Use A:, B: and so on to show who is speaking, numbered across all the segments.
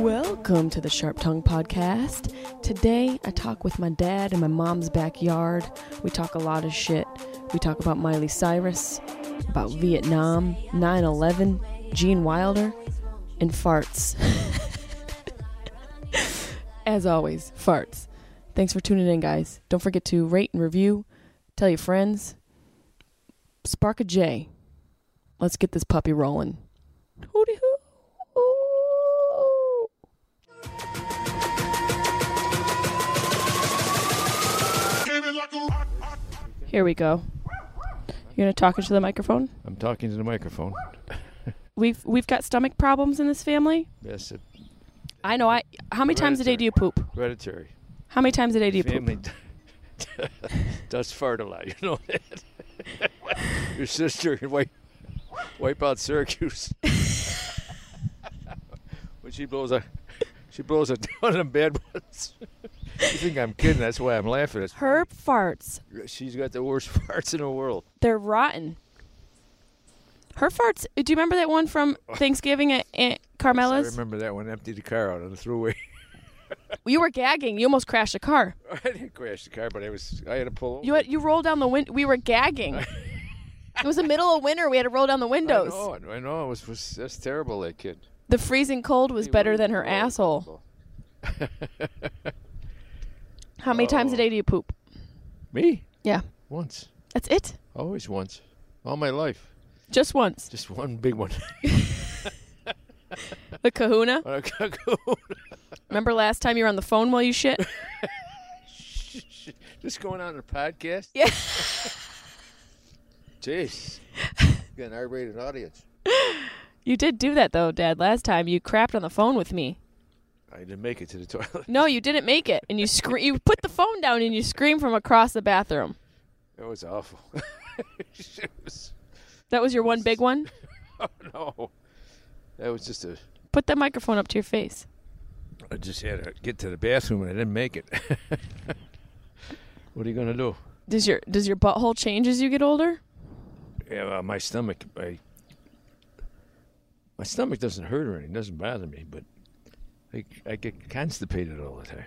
A: Welcome to the Sharp Tongue Podcast. Today I talk with my dad in my mom's backyard. We talk a lot of shit. We talk about Miley Cyrus, about Vietnam, 9 11, Gene Wilder, and farts. As always, farts. Thanks for tuning in, guys. Don't forget to rate and review, tell your friends, spark a J. Let's get this puppy rolling. Hooty hoo. Here we go. You're gonna talk into the microphone.
B: I'm talking to the microphone.
A: We've we've got stomach problems in this family.
B: Yes, it's
A: I know. I how many times a day do you poop?
B: hereditary.
A: How many times a day do you
B: Family
A: poop?
B: d- does fart a lot. You know that. Your sister can wipe wipe out Syracuse when she blows a she blows a ton of bad ones. you think I'm kidding? That's why I'm laughing. It's,
A: Her farts.
B: she's got the worst farts in the world.
A: They're rotten. Her farts. Do you remember that one from Thanksgiving at Aunt
B: I
A: Carmela's?
B: remember that one. Emptied the car out on the throughway.
A: You were gagging. You almost crashed a car.
B: I didn't crash the car, but I was I had to pull over.
A: You had, you rolled down the window. We were gagging. it was the middle of winter. We had to roll down the
B: I
A: windows.
B: know. it. I know. It was, was that's terrible. That kid.
A: The freezing cold was better than her asshole. How many
B: Oh.
A: times a day do you poop?
B: Me?
A: Yeah,
B: Once.
A: that's it.
B: Always once. All my life.
A: Just once.
B: Just one big one.
A: The Kahuna.
B: On a cocoon.
A: Remember last time you were on the phone while you shit?
B: Just going on a podcast?
A: Yeah.
B: Jeez. Got an R-rated audience.
A: You did do that though, Dad. Last time you crapped on the phone with me.
B: I didn't make it to the toilet.
A: No, you didn't make it, and you scre- You put the phone down and you scream from across the bathroom.
B: It was awful. it was,
A: That was your one big one.
B: oh, no. That was just a...
A: Put that microphone up to your face.
B: I just had to get to the bathroom and I didn't make it. what are you going to do?
A: Does your does your butthole change as you get older?
B: Yeah, uh, my stomach, my my stomach doesn't hurt or anything, doesn't bother me, but I, I get constipated all the time.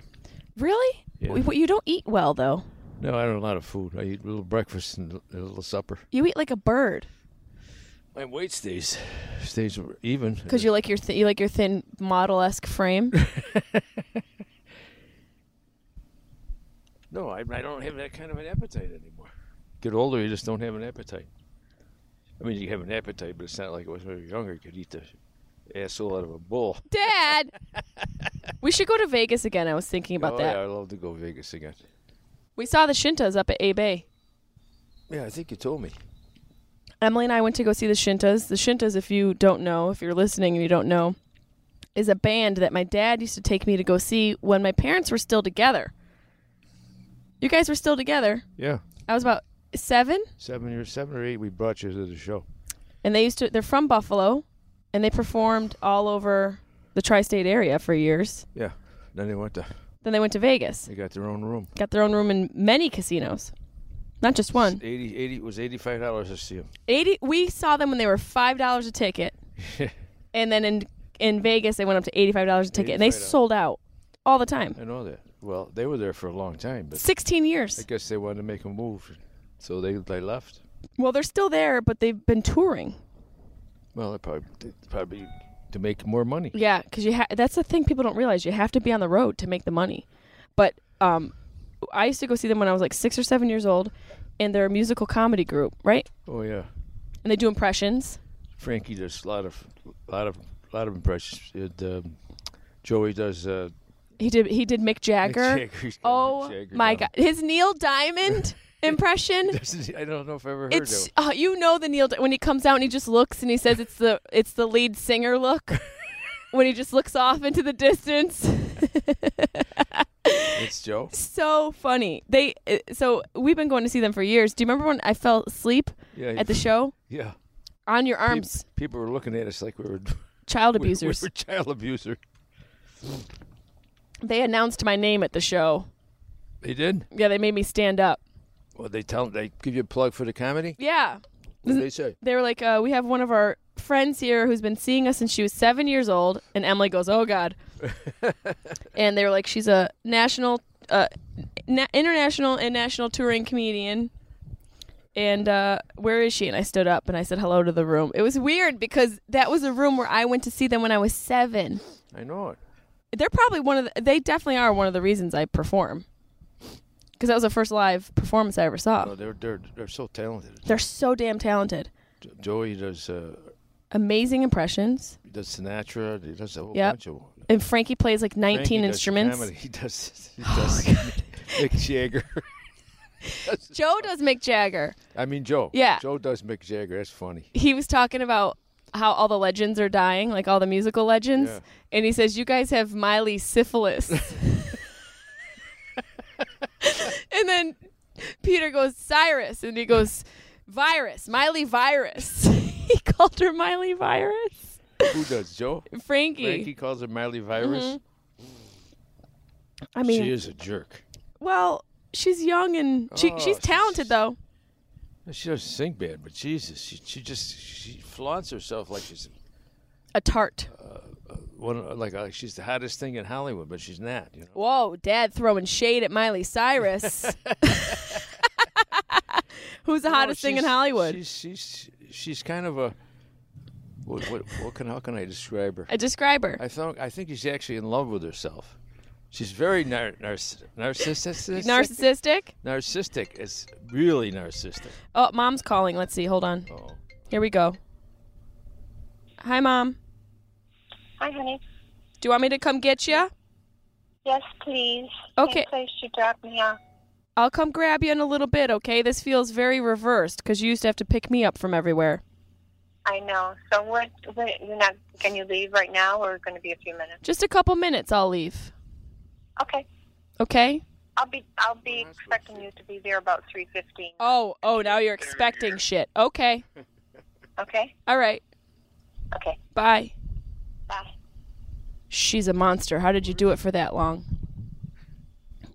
A: Really?
B: Yeah.
A: W- You don't eat well though.
B: No, I don't a lot of food. I eat a little breakfast and a little supper.
A: You eat like a bird
B: My weight stays stays even.
A: because you like your th- you like your thin model esque frame.
B: no, I, I don't have that kind of an appetite anymore. Get older, you just don't have an appetite. I mean, you have an appetite, but it's not like it was when you were younger. You could eat the asshole out of a bull.
A: Dad, we should go to Vegas again. I was thinking about
B: oh,
A: that.
B: yeah, I love to go Vegas again.
A: We saw the Shintas up at A Bay.
B: Yeah, I think you told me.
A: Emily and I went to go see the Shintas. The Shintas, if you don't know, if you're listening and you don't know, is a band that my dad used to take me to go see when my parents were still together. You guys were still together.
B: Yeah,
A: I was about seven,
B: seven years, seven or eight, we brought you to the show.
A: and they used to. They're from Buffalo, and they performed all over the tri-state area for years.
B: Yeah. Then they went to
A: Then they went to Vegas,
B: they got their own room.
A: got their own room in many casinos, not just one.
B: Eighty eighty it was eighty five dollars to see them.
A: 80 we saw them when they were five dollars a ticket and then in in vegas they went up to $85 a ticket and they
B: $85.
A: sold out all the time
B: I know that. Well, they were there for a long time, but
A: 16
B: I
A: years
B: guess they wanted to make a move, so they they left.
A: well they're still there but they've been touring
B: Well, they probably they probably to make more money.
A: yeah because you ha- that's the thing people don't realize you have to be on the road to make the money but um i used to go see them when i was like six or seven years old and they're a musical comedy group right
B: Oh yeah,
A: and they do impressions
B: Frankie does a lot of lot of lot of impressions. It, um, Joey does uh,
A: He did. He did Mick Jagger.
B: Mick Jagger's got a
A: oh
B: Mick Jagger
A: my
B: down.
A: god, his Neil Diamond impression.
B: I don't know if I ever heard
A: It's
B: that
A: uh, you know the Neil Di- when he comes out and he just looks and he says it's the it's the lead singer look when he just looks off into the distance.
B: one. It's Joe.
A: so funny. They uh, so we've been going to see them for years. Do you remember when I fell asleep
B: Yeah,
A: at the show
B: yeah. Peop-
A: on your arms?
B: People were looking at us like we were
A: Child
B: we-
A: abusers.
B: We were child abuser.
A: they announced my name at the show.
B: They did.
A: Yeah, they made me stand up.
B: Well, they tell they give you a plug for the comedy.
A: Yeah.
B: What did they say?
A: they were like, uh, we have one of our friends here who's been seeing us since she was seven years old. And Emily goes, oh God. and they were like, she's a national, uh, na- international and national touring comedian. And uh, where is she? And I stood up and I said hello to the room. It was weird because that was a room where I went to see them when I was seven.
B: I know it.
A: They're probably one of the, they definitely are one of the reasons I perform. Because that was the first live performance I ever
B: No,
A: saw.
B: they're they're they're so talented.
A: They're so damn talented.
B: Jo- Joey does uh,
A: Amazing impressions.
B: he does Sinatra. He does a whole
A: Yep.
B: bunch of.
A: and Frankie plays like 19
B: Frankie does
A: instruments. Oh,
B: comedy. He does. He does. Mick Jagger.
A: Joe does Mick Jagger.
B: I mean Joe.
A: Yeah.
B: Joe does Mick Jagger. That's funny.
A: He was talking about how all the legends are dying, like all the musical legends,
B: Yeah.
A: and he says you guys have Miley syphilis. and then Peter goes Cyrus, and he goes virus, Miley virus. he called her Miley virus.
B: Who does Joe?
A: Frankie.
B: Frankie calls her Miley Virus.
A: Mm-hmm. I mean,
B: she is a jerk.
A: well, she's young and she,
B: Oh,
A: she's
B: she's-
A: talented though.
B: She doesn't sing bad, but Jesus, she, she just she flaunts herself like she's
A: A tart.
B: one like uh, she's the hottest thing in Hollywood, but she's not. You know,
A: Whoa, Dad throwing shade at Miley Cyrus. Who's the hottest thing in
B: Oh, She's-
A: Hollywood?
B: She's she's she's kind of a what what, what can how can I describe her?
A: I describe her.
B: I think I think she's actually in love with herself. She's very nar- narciss- narcissistic.
A: Narcissistic?
B: narcissistic. It's really narcissistic.
A: Oh, mom's calling. Let's see. Hold on.
B: Oh,
A: Here we go. Hi, mom.
C: Hi, honey.
A: Do you want me to come get you?
C: Yes, please.
A: Okay.
C: Same place you dropped me off.
A: I'll come grab you in a little bit, okay? This feels very reversed because you used to have to pick me up from everywhere.
C: I know. So what? What? You're not? Can you leave right now, or going to be a few minutes?
A: Just a couple minutes, I'll leave.
C: Okay.
A: Okay?
C: I'll be. I'll be expecting you to be there about three fifteen.
A: Oh, oh, now you're expecting shit. Okay.
C: Okay.
A: All right.
C: Okay.
A: Bye.
C: Bye.
A: She's a monster. How did you do it for that long?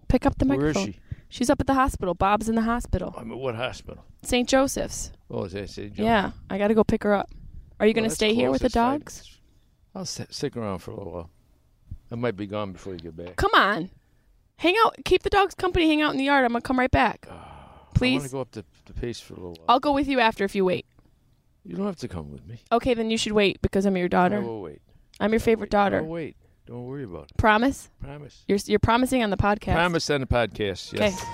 A: Pick up the
B: Oh, where is
A: microphone.
B: she?
A: She's up at the hospital. Bob's in the hospital.
B: I mean, what hospital?
A: St. Joseph's.
B: Oh, is that St. John?
A: Yeah, I got to go pick her up. Are you going to
B: Well, that's
A: stay here with the
B: close. That's
A: dogs?
B: fine. I'll st- stick around for a little while. I might be gone before you get back.
A: Come on. Hang out. Keep the dogs company. Hang out in the yard. I'm going to come right back.
B: I want to
A: Please.
B: go up the, the pace for a little while.
A: I'll go with you after if you wait. Oh.
B: you don't have to come with me.
A: Okay, then you should wait because I'm your
B: I
A: daughter.
B: will wait.
A: I'm your favorite
B: I
A: daughter.
B: will wait. Don't worry about it.
A: Promise?
B: Promise.
A: You're you're promising on the podcast.
B: Promise on the podcast.
A: Okay.
B: Yes.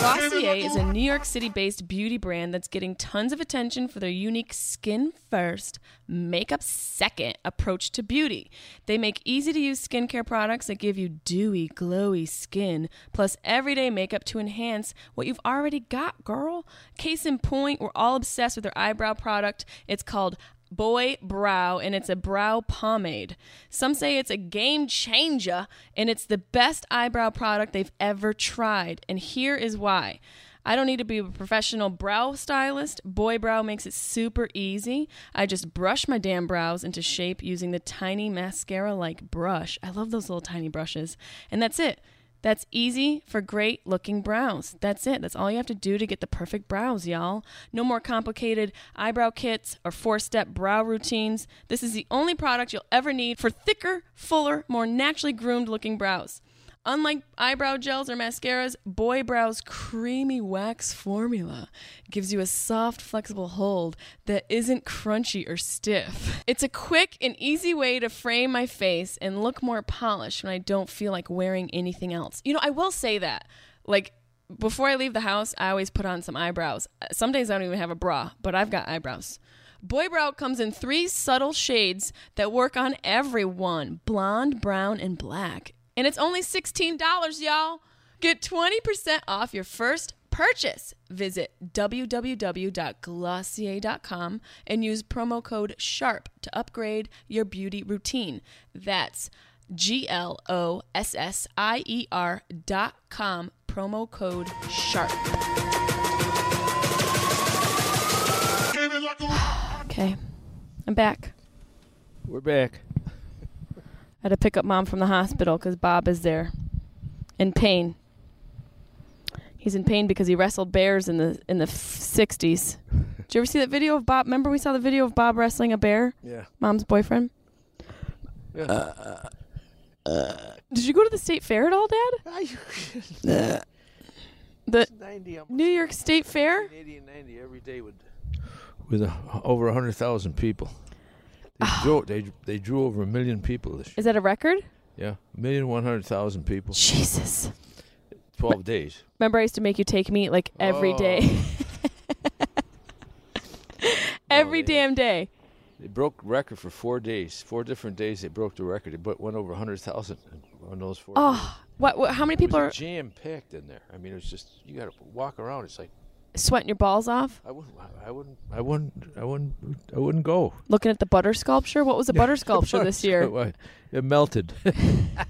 A: Glossier is a New York City based beauty brand that's getting tons of attention for their unique skin first, makeup second approach to beauty. They make easy to use skincare products that give you dewy, glowy skin, plus everyday makeup to enhance what you've already got, girl. Case in point, we're all obsessed with their eyebrow product. It's called Boy Brow, and it's a brow pomade. Some say it's a game changer, and it's the best eyebrow product they've ever tried. And here is why. I don't need to be a professional brow stylist. Boy Brow makes it super easy. I just brush my damn brows into shape using the tiny mascara like brush. I love those little tiny brushes. And that's it. That's easy for great looking brows. That's it. That's all you have to do to get the perfect brows, y'all. No more complicated eyebrow kits or four step brow routines. This is the only product you'll ever need for thicker, fuller, more naturally groomed looking brows. Unlike eyebrow gels or mascaras, Boy Brow's creamy wax formula gives you a soft, flexible hold that isn't crunchy or stiff. It's a quick and easy way to frame my face and look more polished when I don't feel like wearing anything else. You know, I will say that. Like, before I leave the house, I always put on some eyebrows. Uh, Some days I don't even have a bra, but I've got eyebrows. Boy Brow comes in three subtle shades that work on everyone blonde, brown, and black. And it's only $16, y'all. Get 20% off your first purchase. Visit www.glossier.com and use promo code SHARP to upgrade your beauty routine. That's G L O S S I E R dot com, promo code SHARP. Okay, I'm back.
B: We're back.
A: I had to pick up mom from the hospital because Bob is there in pain. He's in pain because he wrestled bears in the in the f- 60s. Did you ever see that video of Bob? Remember we saw the video of Bob wrestling a bear?
B: Yeah.
A: Mom's boyfriend?
B: Yeah.
A: Uh, Did you go to the state fair at all, Dad? The
B: 90, almost
A: New York State Fair?
B: 80 and 90 every day with with uh, over 100,000 people. They, drew, they, they drew over a million people this year.
A: Ah. Is that a record?
B: Yeah, a million one hundred thousand people,
A: Jesus.
B: 12 days.
A: Remember I used to make you take me like every
B: Oh.
A: day. every
B: Oh, yeah.
A: damn day.
B: They broke record for four days. Four different days they broke the record. It bu- went over 100,000 on those four days.
A: Oh, what, what how many
B: It was
A: people are
B: jam packed in there. I mean, it was just you got to walk around. It's like
A: sweating your balls off
B: I wouldn't, I wouldn't, I wouldn't, I wouldn't, I wouldn't go.
A: looking at the butter sculpture? What was the butter sculpture this year?
B: it melted. it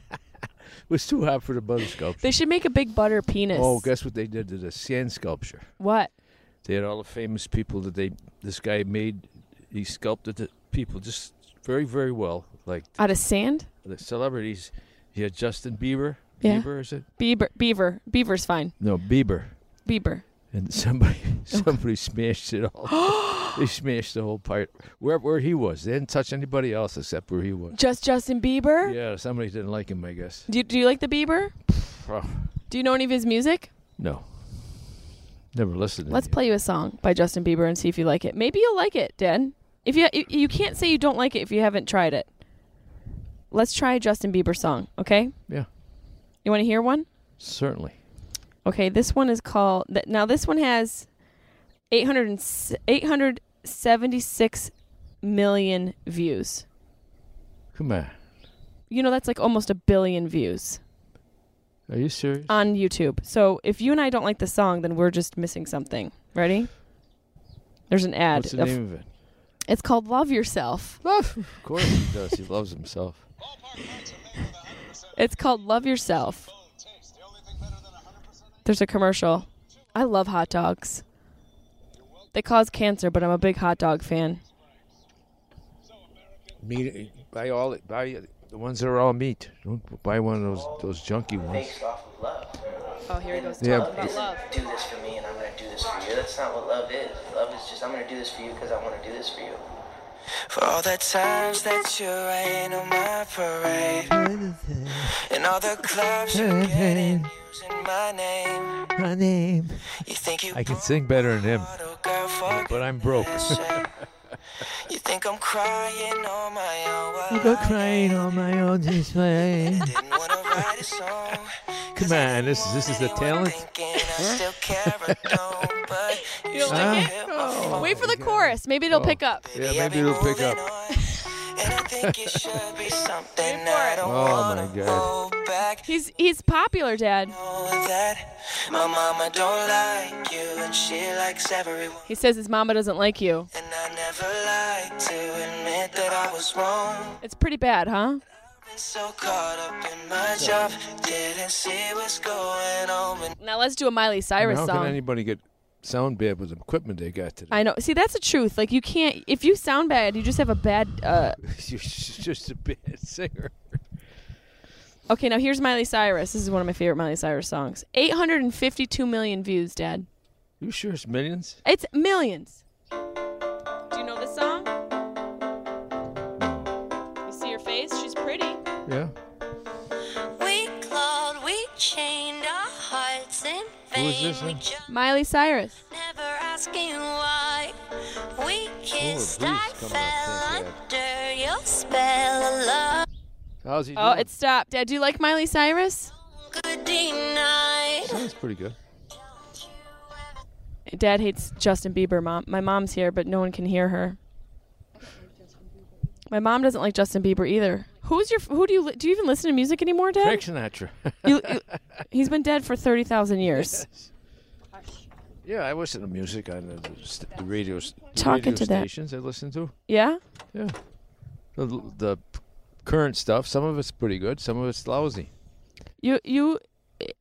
B: was too hot for the butter sculpture.
A: They should make a big butter penis.
B: Oh, guess what they did to the sand sculpture?
A: What?
B: They had all the famous people that they this guy made. He sculpted the people just very, very well. Like
A: Out of sand?
B: the celebrities, he had Justin Bieber.
A: Yeah.
B: Bieber is it?
A: Beaver beaver. Beaver's fine.
B: No, Bieber.
A: Beaver.
B: And somebody, somebody smashed it all. they smashed the whole part where where he was. They didn't touch anybody else except where he was.
A: Just Justin Bieber?
B: Yeah, somebody didn't like him, I guess.
A: Do you, do you like the Bieber?
B: Oh,
A: Do you know any of his music?
B: no, never listened. to
A: Let's
B: him.
A: play you a song by Justin Bieber and see if you like it. Maybe you'll like it, Dan. If you you- you can't say you don't like it if you haven't tried it. Let's try a Justin Bieber song, okay?
B: Yeah,
A: You want to hear one?
B: certainly.
A: Okay, this one is called th- Now this one has 800 and s- 876 million views.
B: Come on,
A: You know that's like almost a billion views
B: are you serious?
A: on YouTube. So if you and I don't like the song, then we're just missing something. Ready? There's an ad.
B: What's the
A: of-
B: name of it?
A: It's called Love Yourself.
B: Love. Of course he does. He loves himself.
A: It's called Love Yourself. There's a commercial. I love hot dogs. They cause cancer, but I'm a big hot dog fan.
B: Meat. Buy all. Buy the ones that are all meat. Don't buy one of those those junky ones.
D: based off of love.
A: Oh, here he goes.
B: Yeah.
D: Love isn't do this for me and I'm gonna do this for you. That's not what love is. Love is just I'm gonna do this for you because I wanna do this for you. For all the times that you rain on my parade, and all the clubs you get in using my name,
B: My name.
D: you think you
B: I can sing better than him,
D: bought a girl for
B: but I'm broke.
D: sake. You think I'm crying on my own? Well,
B: I go
D: I
B: crying on my own this way.
D: didn't wanna write a song.
B: Come on, this is this is the talent.
D: Thinking I still care, I don't, but you still
B: like "Oh."
D: hit my phone.
A: Wait for the chorus. Maybe it'll pick up.
B: Yeah, maybe it'll pick up.
D: And I think it should be something I don't
B: Oh,
D: wanna
B: my God.
D: hold back.
A: He's he's popular, Dad.
D: Know that my mama don't like you, and she likes everyone.
A: He says his mama doesn't like you.
D: And I never like to admit that I was wrong.
A: It's pretty bad, huh?
D: Been so caught up in my job, didn't see what's going on. And
A: Now let's do a Miley Cyrus
B: How can
A: song.
B: anybody get sound bad with the equipment they got today?
A: I know. See, that's the truth. Like you can't. If you sound bad, you just have a bad. Uh,
B: You're just a bad singer.
A: okay, now here's Miley Cyrus. This is one of my favorite Miley Cyrus songs. 852 million views, Dad.
B: You sure it's millions?
A: It's millions. Do you know this song? You see her face? She's pretty.
B: Yeah.
E: We clawed, we chained our hearts in
B: Who
E: vain.
B: is this
E: We
B: one?
E: just
A: Miley Cyrus.
E: never asking why. We kissed,
B: breeze
E: I
B: coming up,
E: fell
B: thank God.
E: under your spell of love.
B: How's he doing?
A: Oh, it stopped. Dad, do you like Miley Cyrus?
E: Could deny.
B: sounds pretty good.
A: Dad hates Justin Bieber. Mom, my mom's here, but no one can hear her.
F: My mom doesn't like Justin Bieber either. Who's your? Who do you? li- Do you even listen to music anymore, Dad?
B: Frank Sinatra.
F: You- you- he's been dead for thirty thousand years.
B: yeah, I listen to music on the, the, s- the radio, s- the
F: Talking
B: radio
F: to that-
B: stations I listen to.
F: Yeah.
B: Yeah. The, the p- current stuff, some of it's pretty good, some of it's lousy.
F: You you.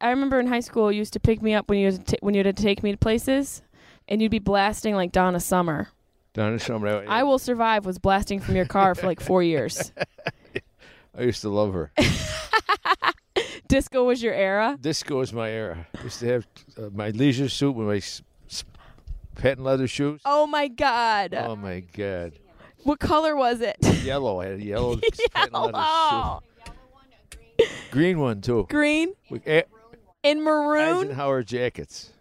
F: I remember in high school, you used to pick me up when you had to ta- when you had to take me to places, and you'd be blasting like Donna Summer.
B: Donna Summer,
F: I will survive was blasting from your car for like four years.
B: I used to love her.
F: Disco was your era.
B: Disco is my era. I used to have uh, my leisure suit with my s- s- patent leather shoes.
F: Oh my God.
B: Oh my God.
F: what color was it?
B: Yellow. I had a yellow patent leather
F: Yellow.
B: suit. Green one, too.
F: Green
B: With a-
F: and maroon.
B: Eisenhower jackets.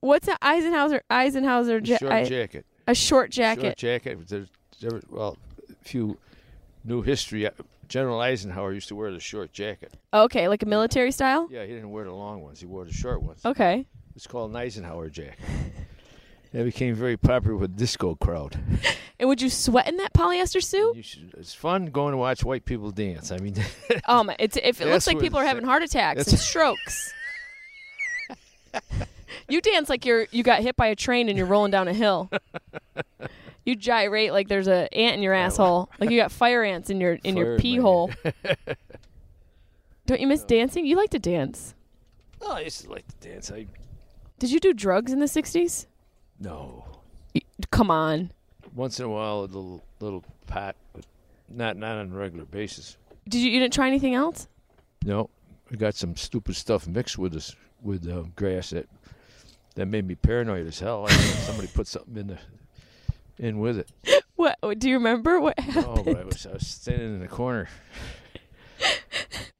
F: What's an Eisenhower Eisenhower ja-
B: Short
F: I-
B: jacket.
F: a short jacket?
B: Short jacket. There's, there, well, if you knew history, Uh, General Eisenhower used to wear the short jacket.
F: Okay, like a military style.
B: Yeah, he didn't wear the long ones. He wore the short ones.
F: Okay.
B: It's called an Eisenhower jacket. That became very popular with disco crowd.
F: And would you sweat in that polyester suit?
B: You should, it's fun going to watch white people dance. I mean,
F: Oh my! It's, if it looks
B: That's
F: like
B: what
F: people are
B: it's-
F: having heart attacks and
B: that's-
F: strokes. you dance like you're you got hit by a train and you're rolling down a hill. You gyrate like there's a ant in your asshole, like you got fire ants in your in
B: Fire
F: your
B: in
F: pee
B: my-
F: hole. Don't you miss dancing? You like to dance.
B: oh, I used to like to dance. I
F: Did you do drugs in the '60s?
B: no.
F: Y- Come on.
B: Once in a while, a little little pot, but not not on a regular basis.
F: Did you you didn't try anything else?
B: No, I got some stupid stuff mixed with this with um, grass that that made me paranoid as hell. I thought somebody put something in the in with it.
F: What do you remember? What
B: Oh,
F: happened?
B: but I was I was standing in the corner.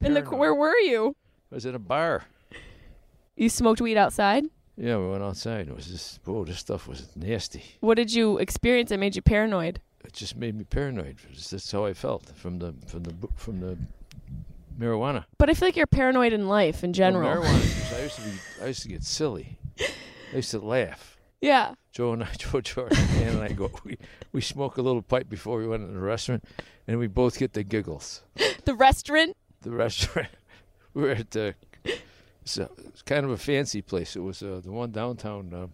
F: in the where
B: paranoid.
F: were you?
B: I was at a bar.
F: You smoked weed outside.
B: Yeah, we went outside. It was just whoa, this stuff was nasty.
F: What did you experience that made you paranoid?
B: It just made me paranoid. It was- That's how I felt from the from the bu- from the marijuana.
F: But I feel like you're paranoid in life in
B: Well,
F: general.
B: marijuana. I used to be. I used to get silly. I used to laugh.
F: yeah.
B: Joe and I, Joe Jordan, Dan and I go. We we smoke a little pipe before we went to the restaurant, and we both get the giggles.
F: The restaurant.
B: The restaurant. We were at the. It's, a, it's kind of a fancy place. It was uh, the one downtown. Uh,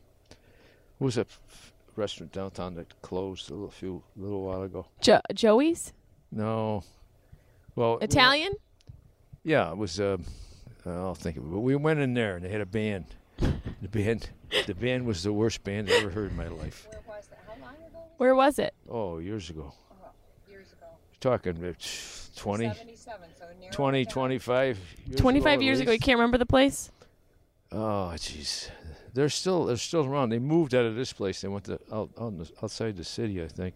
B: it was a f- restaurant downtown that closed a little few little while ago.
F: Jo- uh, Joey's
B: No. Well, we went-
F: Italian.
B: Yeah, it was. Uh, I'll think of it. But we went in there and they had a band. The band, the band was the worst band I ever heard in my life.
F: Where was it?
B: Oh, years ago. Years ago. Talking uh, about 20, 20, 25 years
F: Twenty-five
B: ago,
F: years
B: at
F: ago. You
B: least.
F: can't remember the place.
B: Oh, jeez. They're still they're still around. They moved out of this place. They went to out, out in the, outside the city, I think.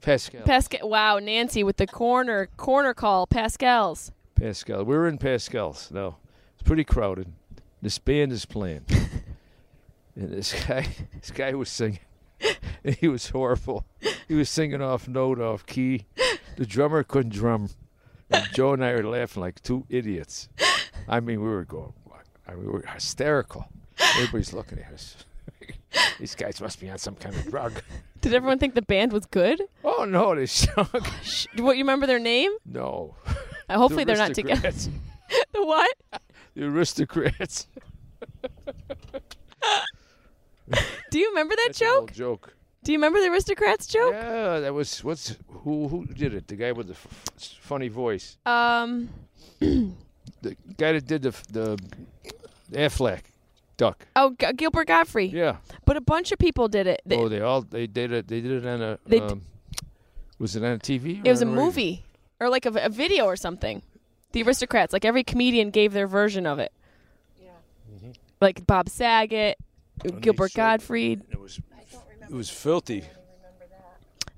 B: Pascal.
F: Pascal. Wow, Nancy with the corner corner call. Pascal's.
B: Pascal. We were in Pascal's. Now it's pretty crowded. This band is playing, and this guy, this guy was singing. And he was horrible. He was singing off note, off key. The drummer couldn't drum. And Joe and I were laughing like two idiots. I mean, we were going, I mean, we were hysterical. Everybody's looking at us. These guys must be on some kind of drug.
F: Did everyone think the band was good?
B: Oh no, they sunk.
F: Sh- What you remember their name?
B: No.
F: Uh, hopefully they're not together.
B: Aristocrats.
F: the what?
B: The aristocrats.
F: Do you remember that
B: That's an old
F: joke?
B: joke.
F: Do you remember the aristocrats joke?
B: Yeah, that was what's who who did it? The guy with the f- f- funny voice.
F: Um.
B: The guy that did the f- the Affleck duck.
F: Oh, G- Gilbert Godfrey.
B: Yeah.
F: But a bunch of people did it. They-
B: oh, they all they did it. They did it on a.
F: They d-
B: um, was it on TV? or
F: It was a
B: on radio?
F: movie or like a, a video or something. The Aristocrats, like every comedian gave their version of it. Yeah. Like Bob Saget, Gilbert
B: showed-
F: Gottfried.
B: It was. It was filthy.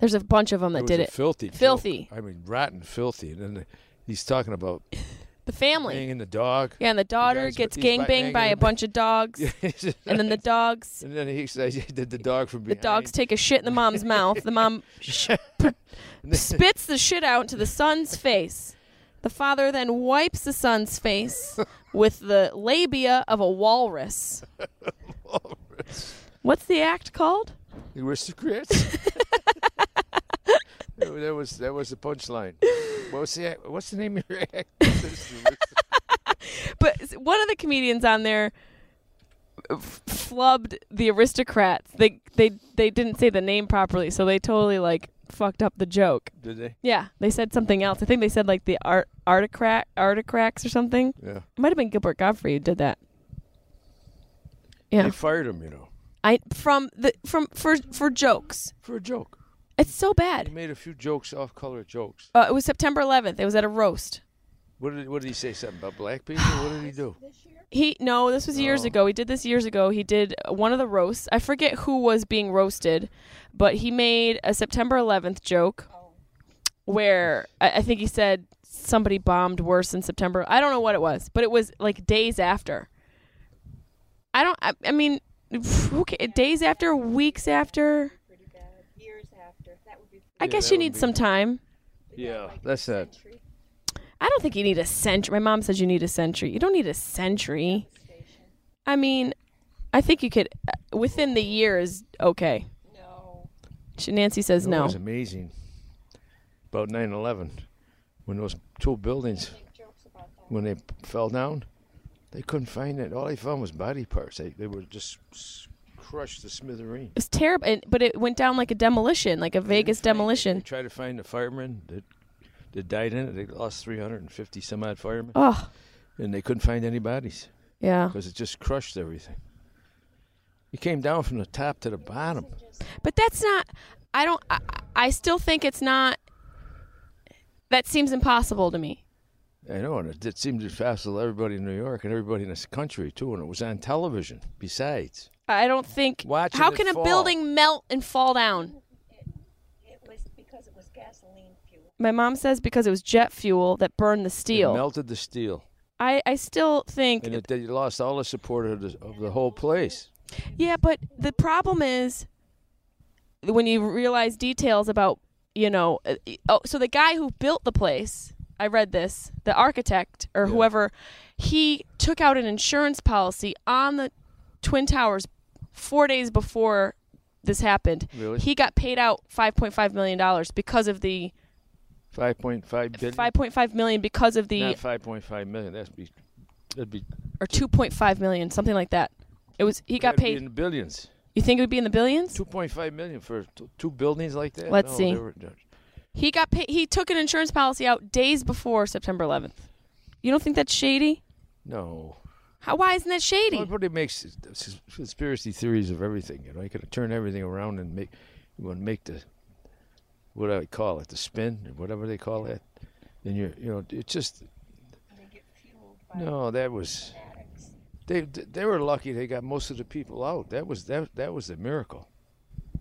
F: There's a bunch of them that
B: was
F: did
B: a
F: it.
B: Filthy. joke.
F: Filthy.
B: I mean, rotten, filthy. And then the, he's talking about
F: The family.
B: banging the dog.
F: Yeah, and the daughter
B: guys-
F: gets
B: he's bang-
F: gangbanged by
B: banging
F: a
B: him.
F: bunch of dogs, and then the dogs.
B: And then he says he did the dog from
F: The
B: behind.
F: dogs take a shit in the mom's mouth. The mom sh- p- spits the shit out into the son's face. The father then wipes the son's face with the labia of a walrus. What's the act called?
B: The aristocrats. that was that was the punchline. What was the act- what's the name of your actress?
F: But s- one of the comedians on there f- flubbed the aristocrats. They they they didn't say the name properly, so they totally like fucked up the joke.
B: Did they?
F: Yeah, they said something else. I think they said like the art artocrat artocrats or something.
B: Yeah.
F: It might have been Gilbert Godfrey who did that. Yeah,
B: They fired him, you know,
F: I from the from for for jokes.
B: for a joke.
F: It's so
B: He
F: bad.
B: made a few jokes, off-color jokes.
F: Uh, it was September 11th. It was at a roast.
B: What did what did he say? Something about black people? What did he do?
F: He no, this was years
B: Oh.
F: ago. He did this years ago. He did one of the roasts. I forget who was being roasted, but he made a September 11th joke
B: Oh.
F: where I, I think he said somebody bombed worse in September. I don't know what it was, but it was like days after. I don't. I, I mean, who ca- days after, weeks after. I guess
B: that
F: you
B: would
F: need
B: be-
F: some time.
B: Yeah, that's that.
F: I don't think you need a century. My mom says you need a century. You don't need a century. I mean, I think you could uh, within the year is okay. No. Nancy says
B: It
F: no.
B: was amazing. About 9/11, when those two buildings, when they fell down, they couldn't find it. All they found was body parts. They they were just s- crushed to smithereens.
F: It's terrible, and, but it went down like a demolition, like a Vegas
B: They
F: demolition.
B: tried to find the firemen that that died in it. They lost 350 some odd firemen,
F: Oh,
B: and they couldn't find any bodies
F: yeah.
B: because it just crushed everything. It came down from the top to the bottom.
F: But that's not. I don't. I, I still think it's not. That seems impossible to me.
B: I know, and it, it seemed to fascinate everybody in New York and everybody in this country too. And it was on television. Besides,
F: I don't think.
B: Watching
F: how
B: it
F: can a
B: fall.
F: building melt and fall down? My mom says because it was jet fuel that burned the
B: it
F: steel.
B: melted the steel,
F: I, I still think
B: and it, they lost all the support of the, of the whole place.
F: Yeah, but the problem is when you realize details about, you know, uh, oh, so the guy who built the place, I read this, the architect or whoever, he took out an insurance policy on the Twin Towers 4 days before this happened.
B: Really?
F: He got paid out 5.5 million dollars because of the
B: Five point five billion,
F: 5.5 million because of the
B: not five point five million. That's be that'd be
F: or 2.5 million, something like that. It was he got
B: that'd be
F: paid.
B: in the billions.
F: you think it would be in the billions?
B: Two point five million for t- two buildings like that.
F: Let's
B: No,
F: see.
B: they were- they're-
F: He got paid. He took an insurance policy out days before September 11th. You don't think that's shady?
B: no.
F: How, why isn't that shady?
B: Everybody makes s- conspiracy theories of everything. You know, you can turn everything around and make you want to make the what do I call it, the spin or whatever they call it. Then you're you know it's just. No, that was. They they were lucky. They got most of the people out. That was that that was a miracle.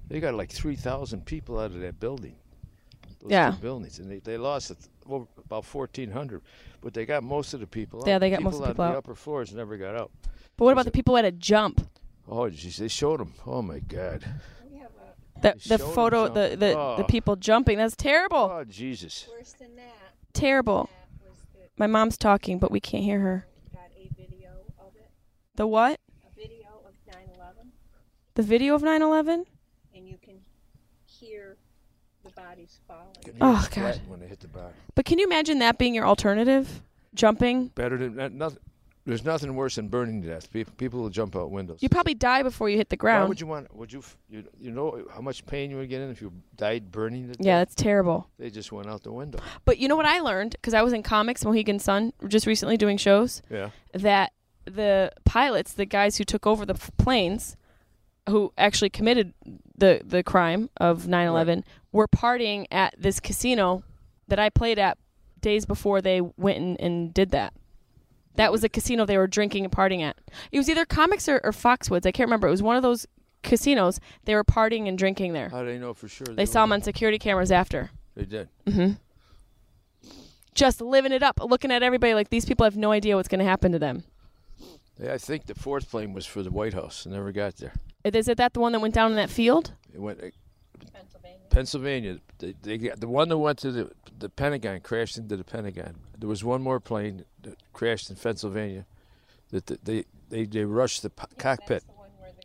B: They got like three thousand people out of that building. Those
F: Yeah.
B: two buildings, and they, they lost it, well, about fourteen hundred, but they got most of the people out.
F: Yeah, they got most of the people
B: on
F: out.
B: The upper floors never got out.
F: But what about the people at a jump?
B: Oh, jeez, they showed him. Oh my God.
F: The,
B: They
F: the
B: showed
F: photo,
B: them
F: the, the, the
B: something.
F: people jumping. That's terrible.
B: Oh Jesus.
F: Terrible. My mom's talking, but we can't hear her. The what? The video of 9 11?
G: and you can hear the bodies falling.
F: Oh,
B: It's flat
F: God.
B: When they hit the bar.
F: But can you imagine that being your alternative? Jumping?
B: Better than not, nothing. There's nothing worse than burning to death. People, people will jump out windows.
F: You probably die before you hit the
B: Why
F: ground.
B: would you want? Would you, f- you? You know how much pain you would get in if you died burning to death.
F: yeah, that's terrible.
B: They just went out the window.
F: But you know what I learned? Because I was in comics, Mohegan Sun, just recently doing shows.
B: Yeah.
F: that the pilots, the guys who took over the f- planes, who actually committed the the crime of 9/11, were partying at this casino that I played at days before they went and, and did that. That was a casino they were drinking and partying at. It was either Comics or, or Foxwoods. I can't remember. It was one of those casinos. They were partying and drinking there.
B: How do they know for sure?
F: They saw him on security cameras after.
B: They did.
F: Just living it up, looking at everybody like these people have no idea what's going to happen to them.
B: They, I think the fourth plane was for the White House. and Never got there.
F: Is it that the one that went down in that field?
B: It went. uh, Pennsylvania. They, they got, the one that went to the, the Pentagon crashed into the Pentagon. There was one more plane that crashed in Pennsylvania. That that they they, they rushed the po- cockpit.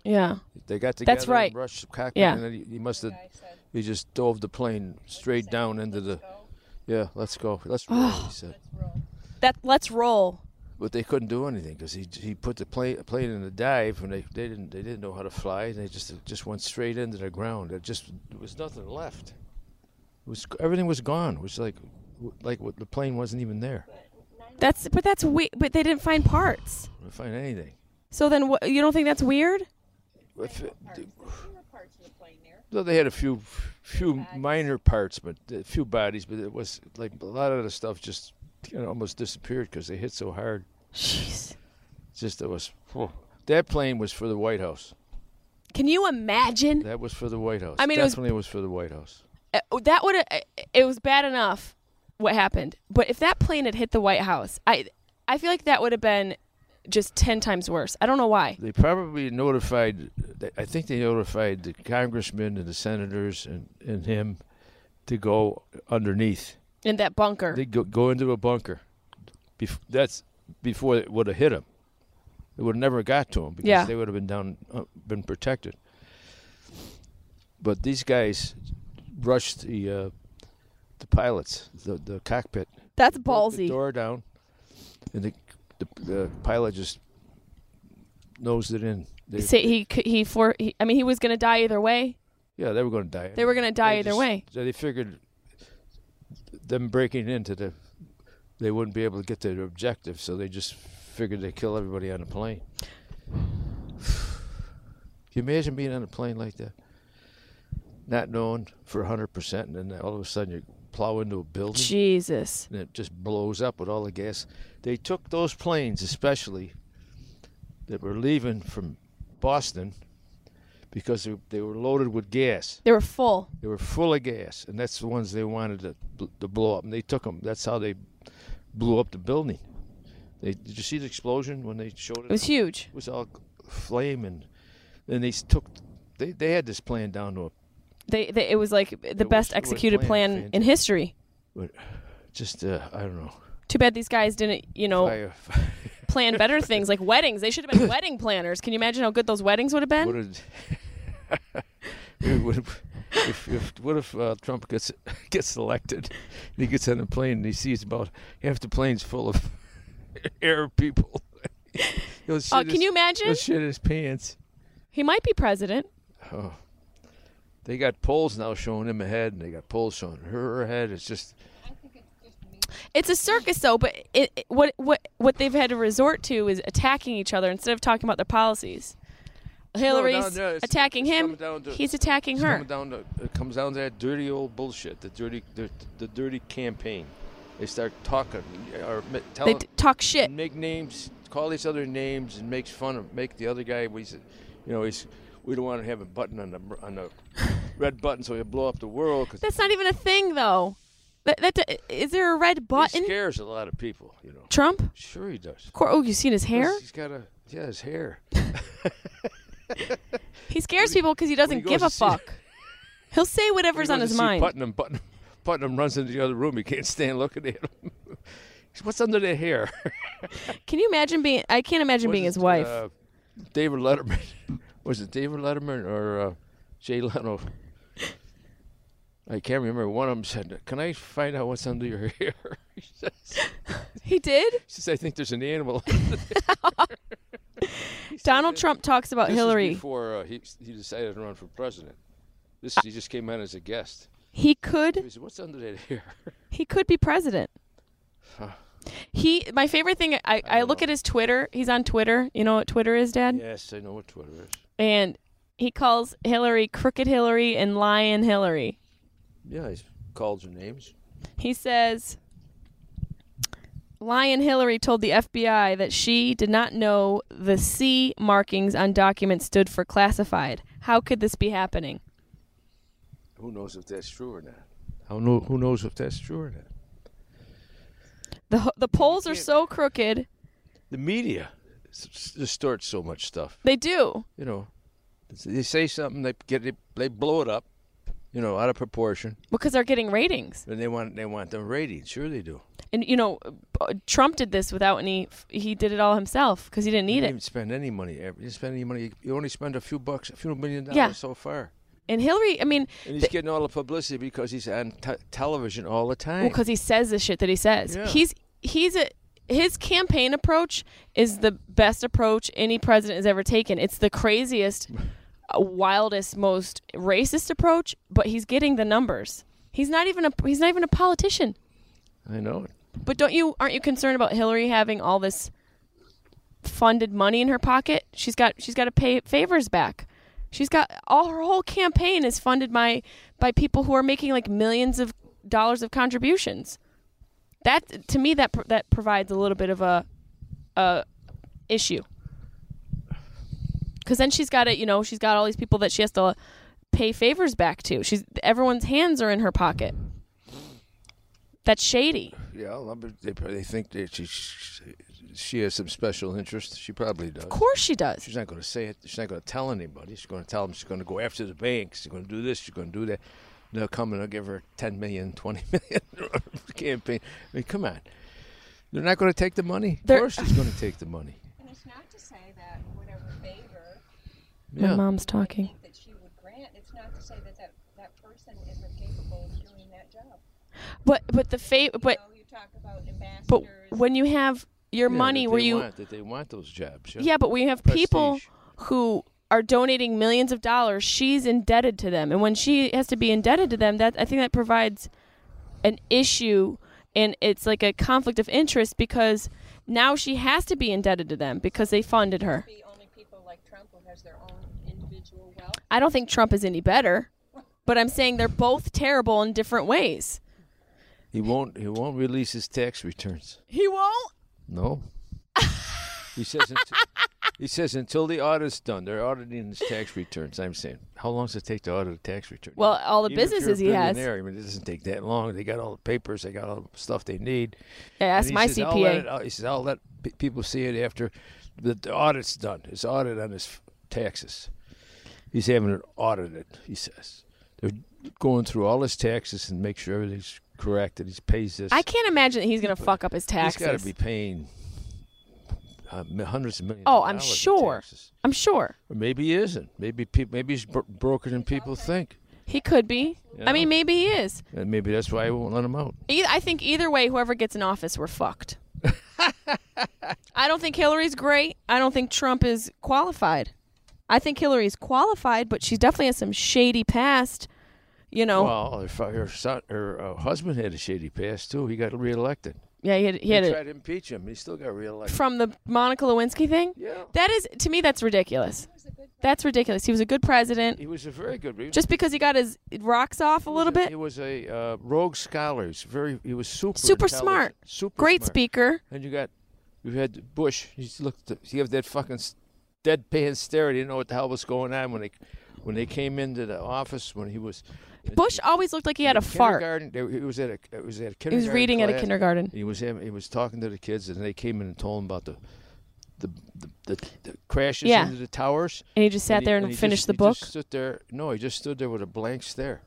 F: Yeah.
B: They got together.
F: That's right.
B: And rushed Cochran,
F: Yeah.
B: and then he, he must have. He just dove the plane straight down into the. Yeah, let's go. Let's roll. He said,
F: That let's roll.
B: but they couldn't do anything because he he put the plane plane in a dive and they, they didn't they didn't know how to fly. and They just it just went straight into the ground. It just there was nothing left. It was everything was gone. It was like like what the plane wasn't even there.
F: That's but that's we but they didn't find parts.
B: Couldn't find anything.
F: So then wh- you don't think that's weird?
B: If it-
H: There were parts of the plane there.
B: Well, they had a few, few minor parts, but a few bodies. But it was like a lot of the stuff just you know, almost disappeared because they hit so hard.
F: Jeez.
B: It's just it was that plane was for the White House.
F: Can you imagine?
B: That was for the White House.
F: I mean, it was-
B: definitely it was, for the White House.
F: Uh, that would have it was bad enough what happened but if that plane had hit the white house i i feel like that would have been just 10 times worse i don't know why
B: They probably notified. I think they notified the congressmen and the senators and, and him to go underneath.
F: in that bunker
B: They go, go into a bunker. Bef- that's before it would have hit him. It would have never got to him because
F: Yeah.
B: they would have been down, uh, been protected. But these guys rushed the uh, the pilots, the the cockpit,
F: that's
B: broke the
F: ballsy
B: door down, and the the, the pilot just nosed it in. They,
F: Say he c- he for he, i mean he was gonna die either way
B: yeah, they were going to die.
F: They were gonna die either way.
B: They figured them breaking into the, they wouldn't be able to get to their objective, so they just figured they'd kill everybody on the plane. Can you imagine being on a plane like that, not knowing for hundred percent, and then all of a sudden you plow into a building?
F: jesus
B: and it just blows up with all the gas. They took those planes, especially that were leaving from Boston, because they, they were loaded with gas.
F: they were full
B: They were full of gas, and that's the ones they wanted to, bl- to blow up. And they took them. That's how they blew up the building. They, did you see the explosion when they showed it?
F: it was huge
B: It was all flame, and then they s- took. They, they had this plan down to a
F: they, they it was like the
B: was-
F: best
B: it was
F: executed
B: planned,
F: plan
B: fantastic.
F: in history
B: but just uh, I don't know.
F: too bad these guys didn't you know
B: I-
F: plan better things like weddings they should have been wedding planners can you imagine how good those weddings would have been
B: What if, what if, if, if, what if uh, Trump gets gets elected? And he gets on a plane and he sees about half the plane's full of Arab people. He'll shit
F: Oh, can
B: his-
F: you imagine?
B: He'll shit his pants.
F: he might be president
B: They got polls now showing him ahead, and they got polls showing her ahead. It's just
F: It's a circus, though. But it, it- what what what they've had to resort to is attacking each other instead of talking about their policies. Hillary's
B: there, it's-
F: attacking
B: it's
F: him.
B: coming down to-
F: he's attacking
B: it's
F: her.
B: coming down to, it comes down to that dirty old bullshit, the dirty the, the dirty campaign. They start talking or mi-
F: They
B: telling.
F: t- talk shit.
B: and make names, call each other names, and makes fun of make the other guy. We, s- you know, he's we don't want to have a button on the on the red button, so he'll blow up the world because
F: That's not even a thing, though. That, that is there a red
B: he
F: button?
B: scares a lot of people. You know,
F: Trump? Of
B: sure he does.
F: course. Oh, you seen his hair?
B: He's got a yeah, his hair.
F: He scares people because he
B: when
F: doesn't
B: he goes
F: give a
B: to see-
F: fuck. He'll say
B: He
F: whatever's on
B: goes
F: his
B: to see
F: mind.
B: Putnam, Putnam, Putnam runs into the other room. He can't stand looking at him. What's under that hair?
F: Can you imagine being? I can't imagine being
B: Was
F: his
B: it,
F: wife.
B: uh, David Letterman. Was it David Letterman or uh, Jay Leno? I can't remember. One of them said, "Can I find out what's under your hair?" he, says,
F: he did.
B: he says, "I think there's an animal."
F: Donald Trump talks about
B: This is
F: Hillary.
B: before uh, he he decided to run for president. This he just came on as a guest.
F: He
B: He
F: could.
B: said, "What's under that hair?"
F: He could be president. He, my favorite thing, I, I, look at his Twitter. He's on Twitter. You know what Twitter is, Dad?
B: yes, I know what Twitter is.
F: And he calls Hillary Crooked Hillary and Lion Hillary.
B: Yeah, he's called her names.
F: He says, Lion Hillary told the FBI that she did not know the C markings on documents stood for classified. How could this be happening?
B: Who knows if that's true or not? How know, who knows if that's true or not?
F: The, ho- the polls are so crooked.
B: The media s- distorts so much stuff.
F: They do.
B: you know, they say something, they get it, they blow it up, you know, out of proportion,
A: because they're getting ratings.
B: and they want they want them ratings. Sure, they do.
A: And you know, uh, Trump did this without any. He did it all himself because he didn't
B: You
A: need
B: didn't
A: it.
B: even spend any money. Ever. You didn't spend any money. You only spend a few bucks, a few million dollars
A: Yeah.
B: so far.
A: And Hillary, I mean,
B: And he's getting all the publicity because he's on t- television all the time.
A: because he says the shit that he says.
B: Yeah.
A: He's he's a his campaign approach is the best approach any president has ever taken. It's the craziest, uh, wildest, most racist approach, but he's getting the numbers. He's not even a he's not even a politician.
B: I know it.
A: But don't you aren't you concerned about Hillary having all this funded money in her pocket? She's got she's got to pay favors back. She's got all her whole campaign is funded by by people who are making like millions of dollars of contributions. That to me that pr- that provides a little bit of a a issue. Cuz then she's got it, you know, she's got all these people that she has to pay favors back to. She's everyone's hands are in her pocket. That's shady.
B: Yeah, well, I'm- they they think that she she has some special interest. She probably does.
A: Of course she does.
B: She's not going to say it. She's not going to tell anybody. She's going to tell them she's going to go after the banks. She's going to do this. She's going to do that. They'll come and they'll give her 10 million, 20 million campaign. I mean, come on. They're not going to take the money.
A: They're-
B: of course, she's going to take the money.
I: And it's not to say that whatever favor
A: My
B: Yeah.
A: mom's
I: I
A: talking.
I: think that she would grant, it's not to say that that, that person isn't capable of doing that job.
A: But but the fa- but
I: So you talk about
A: but
I: ambassadors.
A: when you have your
B: Yeah,
A: money
B: that
A: where
B: they
A: you
B: want, that they want those jobs. Yeah.
A: yeah, but when you have people
B: Prestige.
A: who are donating millions of dollars, she's indebted to them. And when she has to be indebted to them, that I think that provides an issue and it's like a conflict of interest because now she has to be indebted to them because they funded her.
I: be only people like Trump who has their own individual wealth.
A: I don't think Trump is any better, but I'm saying they're both terrible in different ways.
B: He won't. He won't release his tax returns.
A: He won't
B: No. he says. Until, he says until the audit's done. They're auditing his tax returns. I'm saying, how long does it take to audit a tax return?
A: Well, all the
B: Even if you're a
A: businesses he has.
B: billionaire, I mean, it doesn't take that long. They got all the papers. They got all the stuff they need.
A: Yeah,
B: And
A: ask
B: he
A: my
B: says, I'll let
A: CPA.
B: it- I'll- he says, "I'll let pe- people see it after the, the audit's done. His audit on his f- taxes. He's having it audited." He says, "They're going through all his taxes and make sure everything's correct and he pays this."
A: I can't imagine that he's gonna fuck up his taxes.
B: He's got to be paying uh, mi- hundreds of millions.
A: Oh,
B: of
A: I'm
B: dollars in
A: sure.
B: taxes.
A: I'm sure
B: Or maybe he isn't. Maybe peop maybe he's bro- broker than people think.
A: he could be. I mean, maybe he is.
B: And maybe that's why I won't let him out.
A: Ei- I think either way, whoever gets in office, we're fucked. I don't think Hillary's great. I don't think Trump is qualified. I think Hillary's qualified, but she definitely has some shady past. You know,
B: Well, her, fa- her son, her uh, husband had a shady past too. He got reelected.
A: yeah, he had, he had
B: they
A: it
B: tried to impeach him. He still got reelected.
A: from the Monica Lewinsky thing.
B: Yeah.
A: That is to me, that's ridiculous. That's ridiculous. He was a good president.
B: He was a very good. he-
A: Just because he got his rocks off a
B: he was
A: little bit,
B: He was a uh, rogue scholar. He's very. He was super.
A: super smart,
B: intelligent, Super
A: great
B: smart.
A: speaker.
B: And you got, you had Bush. He just looked. He gave that fucking s- deadpan stare. He didn't know what the hell was going on when they, when they came into the office when he was.
A: Bush always looked like he had a fart.
B: kindergarten. they- He was at a. It was at a kindergarten.
A: reading at a
B: class.
A: kindergarten.
B: He was. having- He was talking to the kids, and they came in and told him about the, the, the, the, the crashes
A: Yeah.
B: into the towers.
A: And he just sat
B: he-
A: there and,
B: he
A: finished
B: just-
A: the
B: he
A: book.
B: Just stood there. No, he just stood there with a blank stare.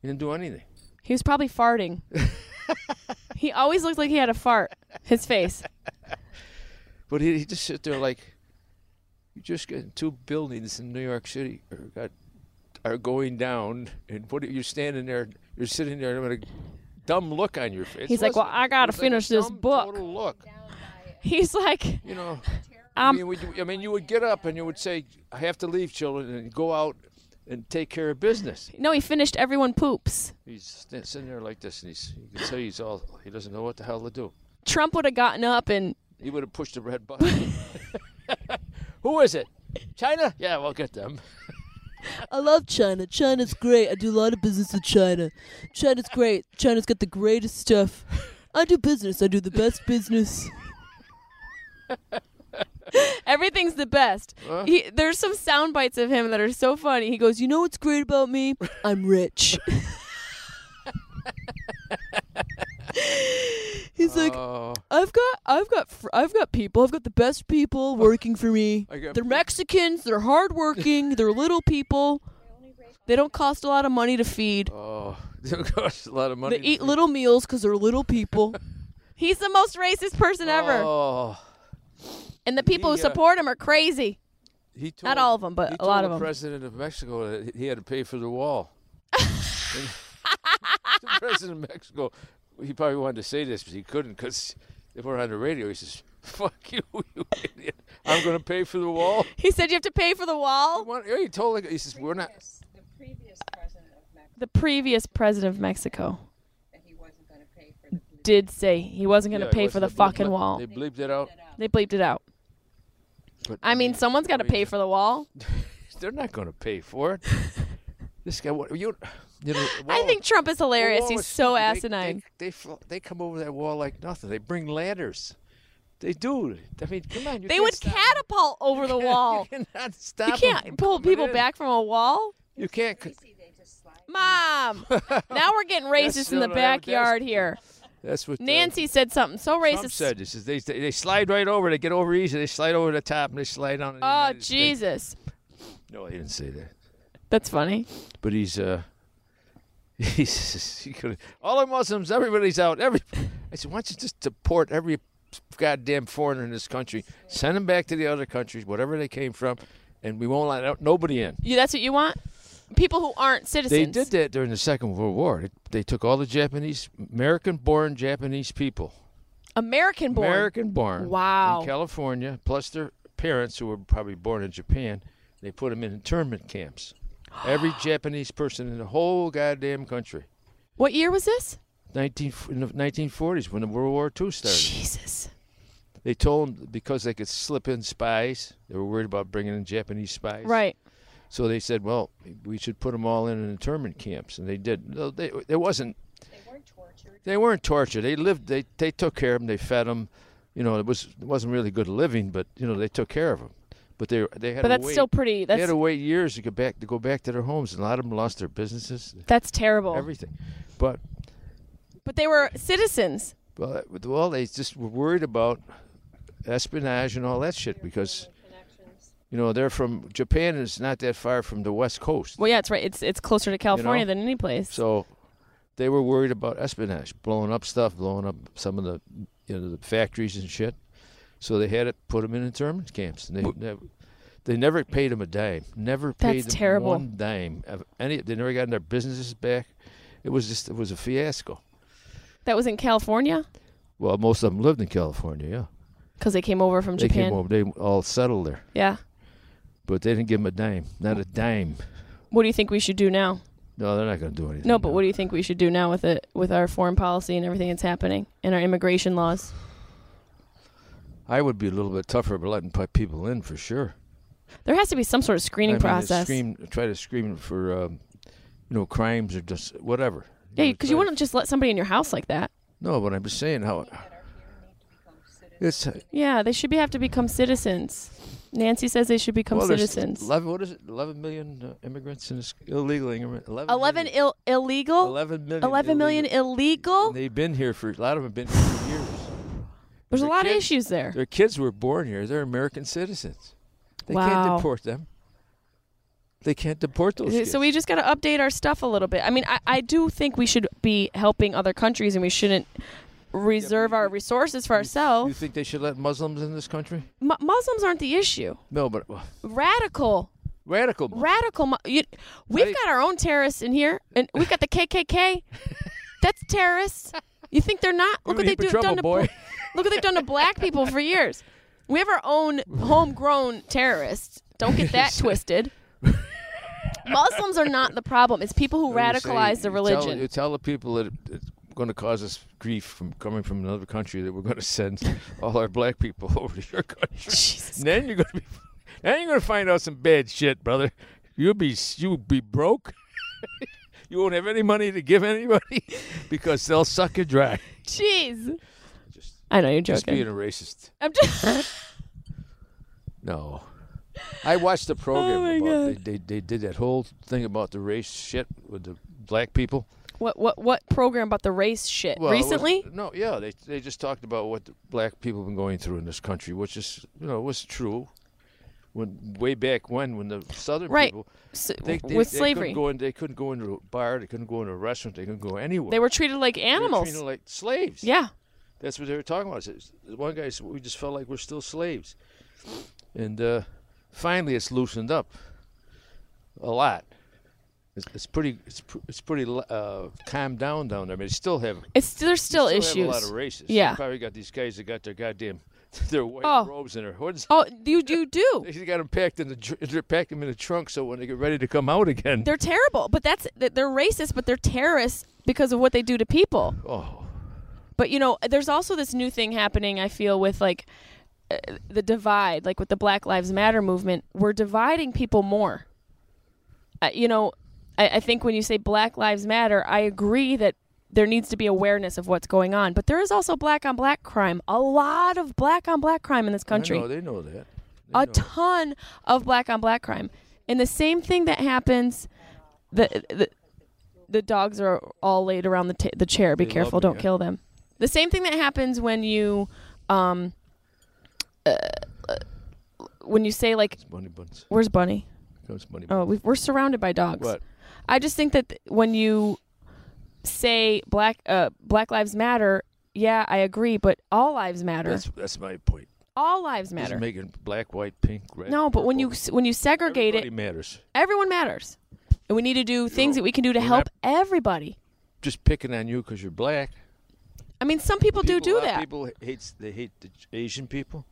B: He didn't do anything.
A: He was probably farting. he always looked like he had a fart. His face.
B: But he, he just sit there like, you just got two buildings in New York City are got are going down, and what are, you're standing there, you're sitting there with a dumb look on your face.
A: He's like,
B: wasn't
A: "Well,
B: it?
A: I gotta
B: It was
A: finish
B: like a
A: this
B: dumb,
A: book."
B: Total look,
A: He's like,
B: you know. I
A: um,
B: mean, we, I mean, you would get up and you would say, "I have to leave, children, and go out." And take care of business.
A: no, he finished. Everyone poops.
B: He's st- sitting there like this, and he's, you can tell he's all, he doesn't know what the hell to do.
A: Trump would have gotten up and
B: He would have pushed the red button. Who is it? China? Yeah, we'll get them.
F: I love China. China's great. I do a lot of business with China. China's great. China's got the greatest stuff. I do business. I do the best business.
A: everything's the best. He, there's some sound bites of him that are so funny. He goes, "You know what's great about me?
F: I'm rich. He's like,
B: Oh,
F: I've got, I've got, fr- I've got people. I've got the best people working for me.
B: I got
F: They're Mexicans. They're hardworking. They're little people.
A: They don't cost a lot of money to feed.
B: Oh, it costs a lot of money.
F: They
B: to
F: eat
B: feed-
F: little meals because they're little people.
A: He's the most racist person ever.
B: Oh,
A: and the people who
B: he, uh,
A: support him are crazy.
B: he told,
A: Not all of 'em, but
B: he
A: a lot
B: told
A: of
B: the
A: 'em.
B: President of Mexico that he had to pay for the wall. the president of Mexico, he probably wanted to say this, but he couldn't because if we're on the radio, he says, "Fuck you, you idiot! I'm going to pay for the wall."
A: He said you have to pay for the
B: He
A: wall.
B: wanted- he told, like, he says, "We're not."
I: Yes, the previous president of Mexico,
A: The previous president of Mexico
I: that he wasn't going to pay for the police.
A: did say he wasn't going
B: Yeah,
A: to
B: he
A: pay for the
B: wasn't- they bleeped
A: fucking
B: that-
A: wall.
B: They bleeped it out.
A: They bleeped it out.
B: But,
A: I mean, someone's got to
B: I mean,
A: pay for the wall.
B: They're not going to pay for it. this guy, what you? you know,
A: I
B: wall-
A: think Trump is
B: the
A: hilarious.
B: wall
A: He's
B: is
A: so
B: stupid. They-
A: asinine.
B: They, they, fl- they come over that wall like nothing. They bring ladders. They do. I mean, come on. You
A: They,
B: can't
A: would
B: stop-
A: catapult over the wall.
B: You cannot stop.
A: You
B: 'em
A: can't
B: from
A: pull
B: coming
A: people
B: in.
A: back from a wall.
B: You can't. c-
I: See, they just slide.
A: Mom, now we're getting racist in
B: still
A: the
B: not how it
A: backyard
B: does.
A: here.
B: That's what uh,
A: Nancy said something so racist.
B: Trump said. This is they, they they slide right over. They get over easy. They slide over the top and they slide down. in the
A: Oh
B: United States.
A: Jesus,
B: No, he didn't say that.
A: that's funny.
B: But he's uh. He's, he could all the Muslims, everybody's out. Every I said, why don't you just deport every goddamn foreigner in this country? Send them back to the other countries, whatever they came from, and we won't let out, nobody in.
A: You, that's what you want? People who aren't
B: They
A: citizens.
B: did that during the Second World War. They, they took all the Japanese, American-born Japanese people,
A: American born.
B: American-born,
A: Wow.
B: in California, plus their parents who were probably born in Japan. They put them in internment camps. Every Japanese person in the whole goddamn country.
A: What year was this?
B: 19, in the 1940s, when the World War II started,
A: Jesus.
B: they told them because they could slip in spies. They were worried about bringing in Japanese spies.
A: Right.
B: So they said, well, we should put them all in internment camps, and they did. No, they, there wasn't
I: They weren't tortured.
B: they weren't tortured. They lived. They they took care of them. They fed them. You know, it was it wasn't really good living, but you know they took care of them. But they they had.
A: But
B: to
A: that's
B: wait-
A: still pretty.
B: they had
A: That's
B: to wait years to get back to go back to their homes, and a lot of them lost their businesses,
A: that's terrible.
B: everything. But
A: but they were citizens.
B: well, it- well, they just were worried about espionage and all that shit because you know they're from Japan and it's not that far from the West Coast,
A: Well, yeah, it's right. It's it's closer to California than any place.
B: so they were worried about espionage, blowing up stuff, blowing up some of the you know the factories and shit. So they had it put them in internment camps, and they never, they never paid them a dime. Never paid
A: That's
B: them
A: terrible.
B: one dime of any. They never got their businesses back. It was just it was a fiasco.
A: that was in California
B: Well, most of them lived in California. Yeah,
A: because they came over from
B: they
A: Japan.
B: came over. They all settled there,
A: Yeah.
B: but they didn't give them a dime. Not a dime.
A: What do you think we should do now?
B: No, they're not going to do anything.
A: No, but what do you think we should do now with it, with our foreign policy and everything that's happening, and our immigration laws?
B: I would be a little bit tougher about letting pi- people in for sure.
A: There has to be some sort of screening
B: I mean, it's
A: process.
B: Scream, try to scream for, um, you know, crimes or just whatever.
A: yeah,
B: know,
A: because you
B: try-
A: wouldn't just let somebody in your house like that.
B: No, but I'm just saying how. It's
A: Yeah, they should be have to become citizens. Nancy says they should become
B: well, there's
A: citizens.
B: 11, what is it? 11 million uh, immigrants in this illegal immigrant. 11
A: Eleven
B: million.
A: Ill- illegal.
B: 11 million.
A: 11 million
B: illegal.
A: illegal.
B: And They've been here for a lot of them have been here for years.
A: There's a
B: their
A: lot of
B: kids-
A: issues there.
B: Their kids were born here. They're American citizens. They
A: Wow.
B: can't deport them. They can't deport those. kids.
A: So we just got to update our stuff a little bit. I mean, I, I do think we should be helping other countries, and we shouldn't reserve our resources for
B: You
A: ourselves.
B: think they should let Muslims in this country?
A: Mu- Muslims aren't the issue.
B: No, but well,
A: Radical,
B: radical. Muslims.
A: radical. Mu- You, we've
B: Right.
A: got our own terrorists in here, and we've got the KKK. That's terrorists. You think they're not? Look
B: We're
A: what
B: in
A: they
B: heap
A: do
B: of
A: done
B: trouble,
A: to
B: boy.
A: Look what they've done to black people for years. We have our own homegrown terrorists. Don't get that twisted. Muslims are not the problem. It's people who
B: Well, you say-
A: radicalize the
B: you tell-
A: religion.
B: you tell the people that it's going to cause us grief from coming from another country that we're going to send all our black people over to your country.
A: Jesus
B: And then you're going to be, then you're going to find out some bad shit, brother. You'll be you'll be broke. you won't have any money to give anybody because they'll suck you dry.
A: Jeez. I know you're
B: Just
A: joking.
B: being a racist.
A: I'm just
B: No. I watched the program
A: Oh my
B: about
A: God.
B: they, they they did that whole thing about the race shit with the black people.
A: what what what program about the race shit
B: Well, it was-
A: recently?
B: no, yeah, they they just talked about what the black people have been going through in this country, which is you know was true. when way back when when the southern
A: Right.
B: people
A: S-
B: they, they,
A: with
B: they
A: slavery.
B: couldn't go in, they couldn't go into a bar, they couldn't go into a restaurant, they couldn't go anywhere.
A: They were treated like
B: They were
A: animals.
B: treated like slaves.
A: yeah.
B: That's what they were talking about. It's- it's- One guy said, "We just felt like we're still slaves," and uh, finally, it's loosened up a lot. It's, it's pretty. It's, pr- it's pretty uh, calmed down down there. I mean, they still have
A: It's there's still,
B: they
A: issues.
B: Have a lot of racists.
A: Yeah.
B: You probably got these guys that got their goddamn their white
A: Oh.
B: robes and their hoods.
A: oh, you you do.
B: They got them packed in the tr- they packed them in the trunk so when they get ready to come out again.
A: They're terrible, but that's th- they're racist, but they're terrorists because of what they do to people.
B: oh,
A: But you know, there's also this new thing happening. I feel with like uh, the divide, like with the Black Lives Matter movement, we're dividing people more. Uh, you know, I, I think when you say Black Lives Matter, I agree that there needs to be awareness of what's going on. But there is also black on black crime. A lot of black on black crime in this country
B: I know, they know that.
A: a ton of black on black crime. And the same thing that happens, the the, the dogs are all laid around the ta the chair. Be
B: They love
A: careful,
B: me,
A: don't
B: yeah.
A: kill them. The same thing that happens when you, um, uh, when you say like,
B: Bunny buns.
A: "Where's Bunny?"
B: Comes bunny
A: Oh,
B: buns.
A: we we're surrounded by dogs.
B: What?
A: I just think that th- when you say black uh, Black Lives Matter, yeah, I agree, but all lives matter.
B: That's that's my point.
A: all lives
B: Doesn't
A: matter.
B: make it black, white, pink, red.
A: No, but when you
B: purple.
A: s- when you segregate it,
B: Everybody matters.
A: everyone matters. And we need to do things that we can do to
B: we're
A: help
B: not-
A: everybody.
B: Just picking on you because you're black.
A: I mean, some people,
B: People-
A: do
B: a
A: do
B: lot of
A: that,
B: People hates they hate the Asian people.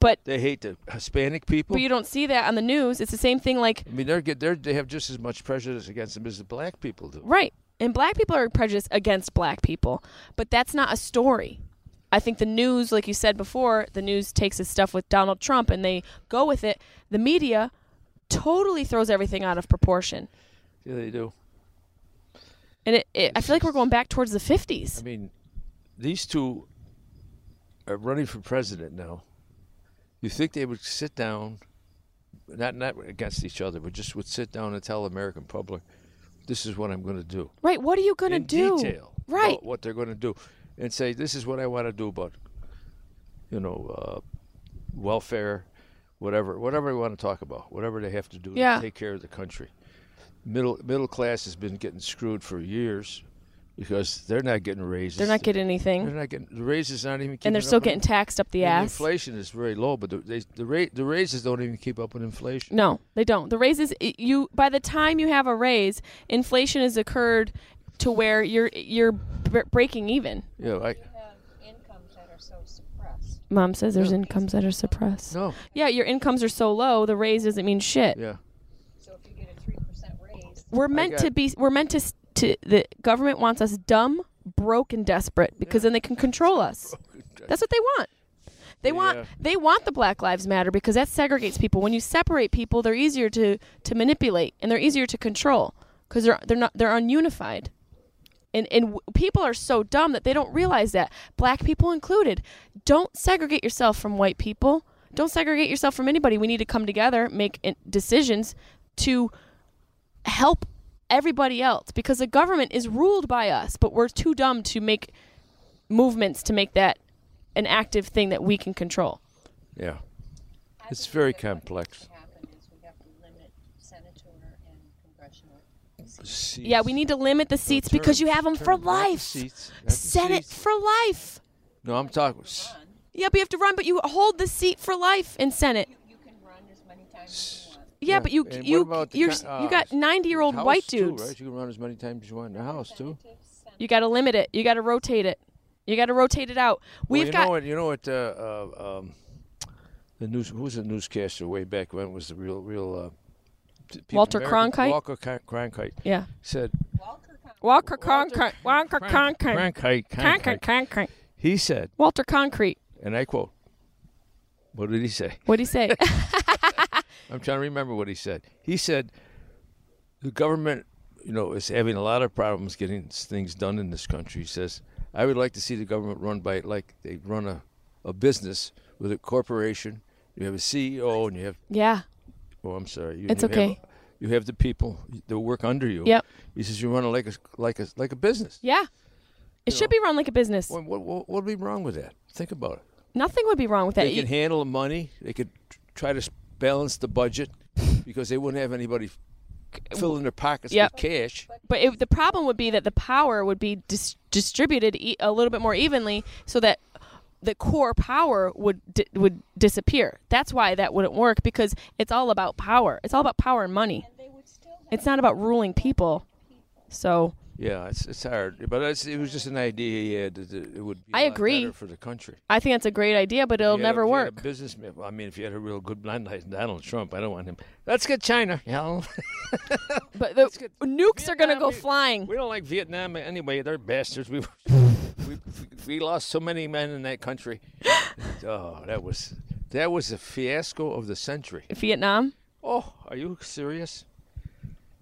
A: but
B: They hate the Hispanic people.
A: but you don't see that on the news. It's the same thing, like
B: I mean, they're get they're, they have just as much prejudice against them as the black people do.
A: right. And black people are prejudiced against black people, but that's not a story. I think the news, like you said before, the news takes this stuff with Donald Trump and they go with it. The media totally throws everything out of proportion,
B: Yeah, they do.
A: and it, it, I feel like we're going back towards the fifties.
B: I mean, these two are running for president now. You think they would sit down, not not against each other, but just would sit down and tell the American public, "This is what I'm going to do."
A: Right? What are you gonna
B: in
A: do?
B: detail
A: Right?
B: about what they're going to do and say this is what i want to do about you know uh, welfare whatever whatever they want to talk about whatever they have to do
A: Yeah.
B: to take care of the country middle middle class has been getting screwed for years because they're not getting raises
A: They're not getting anything,
B: they're not getting the raises aren't even keeping
A: and they're
B: up
A: still
B: with-
A: getting taxed up the
B: and
A: ass.
B: inflation is very low but the, they, the rate the raises don't even keep up with inflation
A: No, they don't. The raises i- you by the time you have a raise, inflation has occurred to where you're you're b- breaking even.
B: yeah I,
I: You have incomes um, that are so suppressed.
A: Mom says there's incomes that are suppressed.
B: no
A: Yeah, your incomes are so low, the raise doesn't mean shit.
B: yeah
I: So if you get a three percent raise,
A: We're meant
B: got-
A: to be we're meant to s- to the government wants us dumb, broke and desperate because then they can control us. That's what they want. They
B: Yeah.
A: want they want the Black Lives Matter because that segregates people. When you separate people, they're easier to to manipulate and they're easier to control because they're they're not they're ununified. And and w- people are so dumb that they don't realize that black people included. Don't segregate yourself from white people. Don't segregate yourself from anybody. We need to come together, make i- decisions to help everybody else because the government is ruled by us, but we're too dumb to make movements to make that an active thing that we can control.
B: yeah
I: I
B: It's
I: believe
B: very
I: that what needs
B: complex.
I: to Happen is we have to limit senator and congressional.
A: Yeah, we need to limit the seats because you have them for
B: term, not the
A: life.
B: seats, not the
A: Senate
B: seats.
A: for life.
B: no i'm talking
A: Yeah, but you have to run, but you hold the seat for life in Senate.
I: You, you can run as many times as you want.
A: Yeah,
B: Yeah,
A: but you
B: and what
A: you
B: about the
A: you're,
B: con-
A: you
B: uh,
A: got ninety year old white
B: House, too,
A: dudes.
B: right? You can run as many times as you want in the house too.
A: You got to limit it. You got to rotate it. You got to rotate it out. We've
B: well, you
A: got
B: know what? You know what? Uh, uh, um, the news. Who was the newscaster way back when? Was the real real. Uh, t- people-
A: Walter
B: American-
A: Cronkite?
B: Walter Con- Cronkite
A: yeah.
B: said.
I: Walker Con-
A: Walker Cronkite. Walker
B: Cronk-
A: Cronkite.
B: Cronkite.
A: Cronkite.
B: Cronkite.
A: Cronkite.
B: He said,
A: Walter Concrete.
B: and I quote. What did he say?
A: What do you say?
B: I'm trying to remember what he said. He said the government, you know, is having a lot of problems getting s- things done in this country. He says, I would like to see the government run by like they run a, a business with a corporation. You have a CEO and you have
A: yeah.
B: oh I'm sorry. You,
A: It's
B: you have-
A: okay.
B: you have the people that work under you.
A: Yep.
B: He says you run it like a s- like a like a business.
A: Yeah. It should be run like a business.
B: What what what would be wrong with that? Think about it.
A: Nothing would be wrong with that.
B: They can handle the money. They could tr- try to s- balance the budget because they wouldn't have anybody filling their pockets
F: Yep.
B: with cash.
F: But it, the problem would be that the power would be dis- distributed e- a little bit more evenly, so that the core power would di- would disappear. That's why that wouldn't work because it's all about power. It's all about power and money. It's not about ruling people. So
B: Yeah, it's it's hard, but it's, it was just an idea. Yeah, that that it would. Be a
F: I
B: lot
F: agree.
B: better for the country.
F: I think that's a great idea, but it'll
B: You had a-
F: never
B: if you had
F: work.
B: A businessman. well, I mean, if you had a real good man like Donald Trump, I don't want him. Let's get China. Hell,
F: But the nukes are gonna
B: Vietnam,
F: go
B: we-
F: flying.
B: we don't like Vietnam anyway. They're bastards. We we, we lost so many men in that country. Oh, that was that was a fiasco of the century.
F: Vietnam.
B: Oh, are you serious?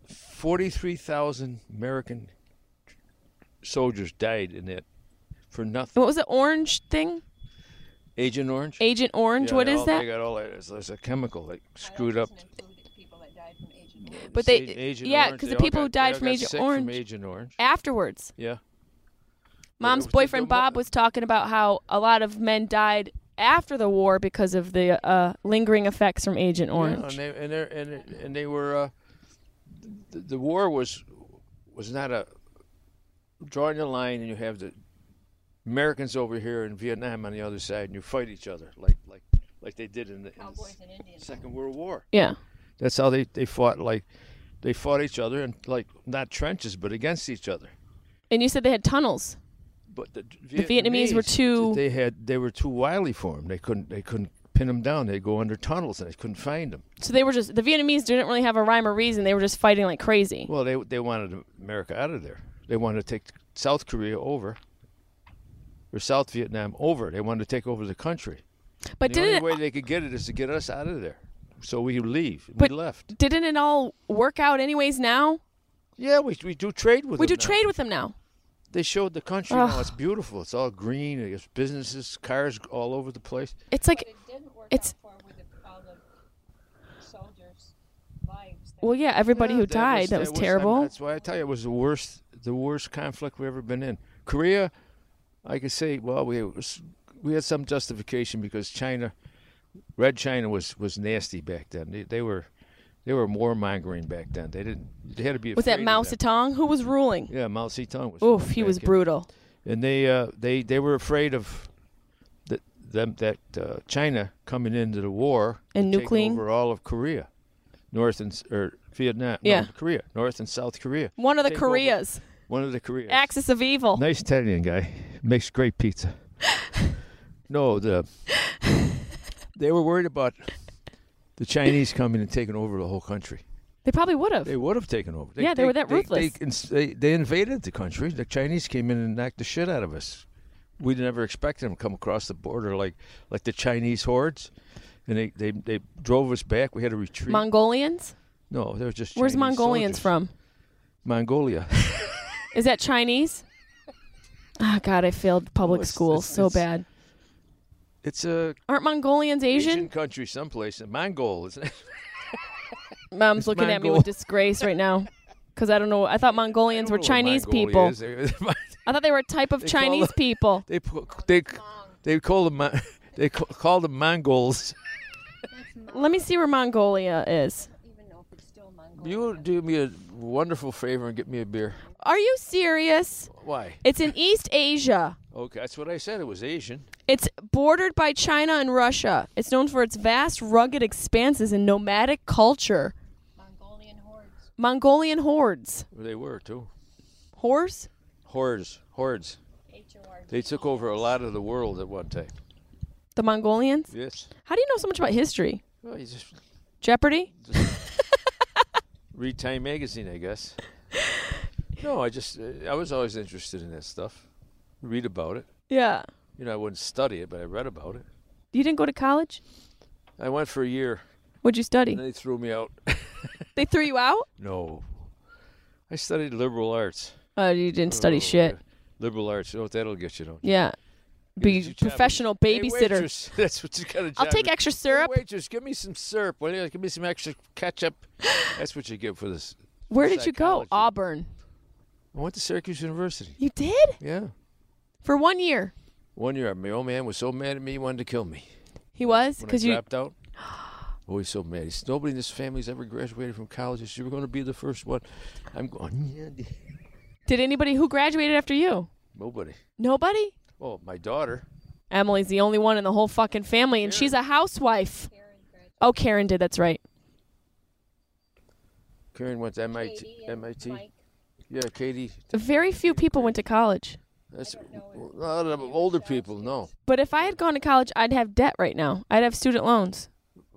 B: Forty-three thousand American soldiers died in it for nothing.
F: What was the orange thing?
B: Agent Orange.
F: Agent Orange.
B: Yeah,
F: what
B: they
F: is
B: all-
F: that?
B: They got all that. It's, it's a chemical that screwed up.
F: But they,
B: Agent- Agent
F: yeah,
B: Orange,
F: because
B: they
F: the
B: all
F: people
B: got- they
F: who died
B: all
F: from
B: got
F: Agent
B: sick
F: Orange
B: From Agent Orange.
F: afterwards.
B: Yeah.
F: Mom's
B: was the- the
F: boyfriend
B: mo-
F: Bob was talking about how a lot of men died after the war because of the uh, lingering effects from Agent
B: Yeah, and
F: Orange.
B: they and they and they- and they were uh, the, the war was was not a drawing the line, and you have the Americans over here and Vietnam on the other side, and you fight each other like like like they did in the, in the Second World War.
F: Yeah.
B: That's how they they fought like they fought each other and like not trenches but against each other.
F: And you said they had tunnels.
B: But the,
F: Vietnamese were too-
B: They had they were too wily for them. They couldn't they couldn't pin them down. They'd go under tunnels and they couldn't find them.
F: So they were just, the Vietnamese didn't really have a rhyme or reason. They were just fighting like crazy.
B: Well, they they wanted America out of there. They wanted to take South Korea over or South Vietnam over. They wanted to take over the country.
F: But
B: The only
F: didn't
B: way
F: it,
B: they could get it is to get us out of there. So we leave.
F: But-
B: we left.
F: didn't it all work out anyways now?
B: Yeah, we, we do trade with
F: We do
B: them now.
F: trade with them now.
B: They showed the country now. It's beautiful. It's all green. There's businesses, cars all over the place.
F: It's like,
J: It didn't work
F: It's-
J: out for with the, all the soldiers' lives. that
F: well, yeah, everybody
B: Yeah,
F: who died, that was,
B: I mean,
F: terrible.
B: that's why I tell you it was the worst, the worst conflict we've ever been in. Korea, I could say, well, we we had some justification because China, Red China was was nasty back then. They, they were, they were warmongering back then. They didn't. They had to be.
F: Was that
B: afraid of
F: Mao
B: them.
F: Zedong? Who was ruling?
B: Yeah, Mao Zedong was.
F: Oof, he was
B: back in-
F: brutal.
B: And they uh, they they were afraid of. That, them that uh, China coming into the war
F: And
B: taking
F: nucleing?
B: over all of Korea, North and s- or Vietnam, no,
F: Yeah.
B: Korea, North and South Korea.
F: One of the
B: Take over.
F: Koreas.
B: One of the Koreas.
F: Axis of evil.
B: Nice Italian guy. Makes great pizza. no, the they were worried about the Chinese coming and taking over the whole country.
F: They probably would have.
B: They would have taken over.
F: Yeah, they were that
B: They,
F: ruthless.
B: ins- they, they invaded the country. The Chinese came in and knocked the shit out of us. We never expected them to come across the border like like the Chinese hordes. And they, they, they drove us back. We had to retreat.
F: Mongolians?
B: no, they were just
F: Where's
B: Chinese
F: Mongolians
B: soldiers.
F: from?
B: Mongolia.
F: Is that Chinese? Ah, God, I failed public
B: No, Oh, it's-
F: school
B: it's-
F: so
B: it's
F: bad.
B: It's a
F: Aren't Mongolians
B: Asian
F: Asian?
B: country someplace. Mongol, isn't it?
F: Mom's looking at me
B: Mongol.
F: with disgrace right now because I don't know. I thought Mongolians
B: I
F: were
B: don't know what
F: Chinese
B: Mongolia
F: people.
B: is. They-
F: I thought they were a type of
B: They call
F: Chinese
B: them-
F: people.
B: they pu- they they call them Mon- they ca- call them Mongols.
F: Let me see where Mongolia is.
J: Even though if it's still Mongolian.
B: You do me a wonderful favor and get me a beer.
F: Are you serious?
B: Why?
F: It's in East Asia.
B: Okay, that's what I said. It was Asian.
F: It's bordered by China and Russia. It's known for its vast, rugged expanses and nomadic culture.
J: Mongolian hordes.
F: Mongolian hordes.
B: They were too.
F: Horse?
B: Hordes, hordes.
J: H-O-R-D.
B: They took over a lot of the world at one time.
F: The Mongolians?
B: Yes.
F: How do you know so much about history?
B: Well, you just
F: Jeopardy?
B: read Time magazine, I guess. No, I just uh, I was always interested in that stuff. Read about it.
F: Yeah.
B: You know, I wouldn't study it, but I read about it.
F: You didn't go to college?
B: I went for a year,
F: What'd you study?
B: and they threw me out.
F: They threw you out?
B: No. I studied liberal arts.
F: Oh, you didn't study shit.
B: Liberal arts, you know what that'll get you, don't you?
F: Yeah.
B: Gives
F: Be
B: you job-
F: professional
B: Hey,
F: babysitter.
B: waitress, That's what you got to
F: I'll take extra syrup.
B: waitress, give me some syrup. Will you? Give me some extra ketchup. That's what you get for this.
F: Where did you go?
B: psychology.
F: Auburn.
B: I went to Syracuse University.
F: You did?
B: Yeah.
F: For one year.
B: One year, my old man was so mad at me, he wanted to kill me.
F: He was?
B: When I
F: Because you.
B: dropped out. always so mad. He says, Nobody in this family's ever graduated from college. He says, You're going to be the first one. I'm going, yeah, d-
A: Did anybody who graduated after you?
B: Nobody.
A: Nobody?
B: Oh, my daughter.
A: Emily's the only one in the whole fucking family, and she's a housewife. Oh, Karen did. That's right.
B: Karen went to MIT. MIT. Yeah, Katie.
A: Very few people went to college.
B: That's a lot of older people. No.
A: But if I had gone to college, I'd have debt right now. I'd have student loans,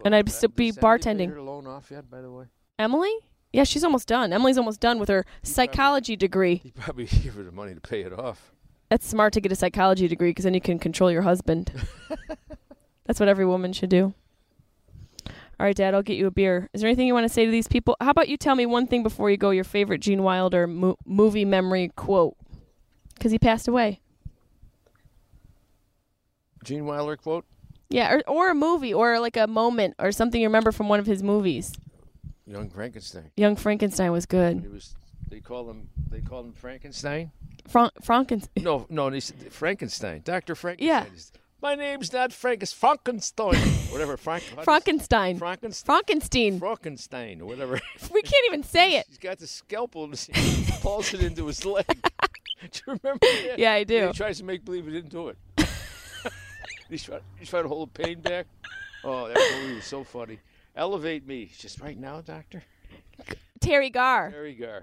A: and I'd still be
B: Does anybody pay
A: bartending.
B: her loan off yet, by the way?
A: Emily? Yeah, she's almost done. Emily's almost done with her psychology degree.
B: He probably gave her the money to pay it off.
A: That's smart to get a psychology degree because then you can control your husband. That's what every woman should do. All right, Dad, I'll get you a beer. Is there anything you want to say to these people? How about you tell me one thing before you go? Your favorite Gene Wilder mo- movie memory quote? Because he passed away.
B: Gene Wilder quote.
A: Yeah, or, or a movie, or like a moment, or something you remember from one of his movies.
B: Young Frankenstein.
A: Young Frankenstein was
B: It
A: good.
B: was. They call him. They call him Frankenstein.
A: Fran- Frankenstein.
B: No, no. They said Frankenstein. Doctor
A: Yeah.
B: Frankenstein. is- My name's not Frank. It's Frankenstein. whatever. Frank. how does-
A: Frankenstein.
B: Frankenstein.
A: Frankenstein.
B: Frankenstein. Or whatever.
A: We can't even say it.
B: He's got the scalpel and he pulls it into his leg. do you remember that?
A: Yeah, I
B: And
A: do.
B: he tries to make believe he didn't do it. he's, trying, he's trying to hold the pain back. Oh, that movie was so funny. Elevate me. Just right now, Doctor?
A: Terry Garr.
B: There you go.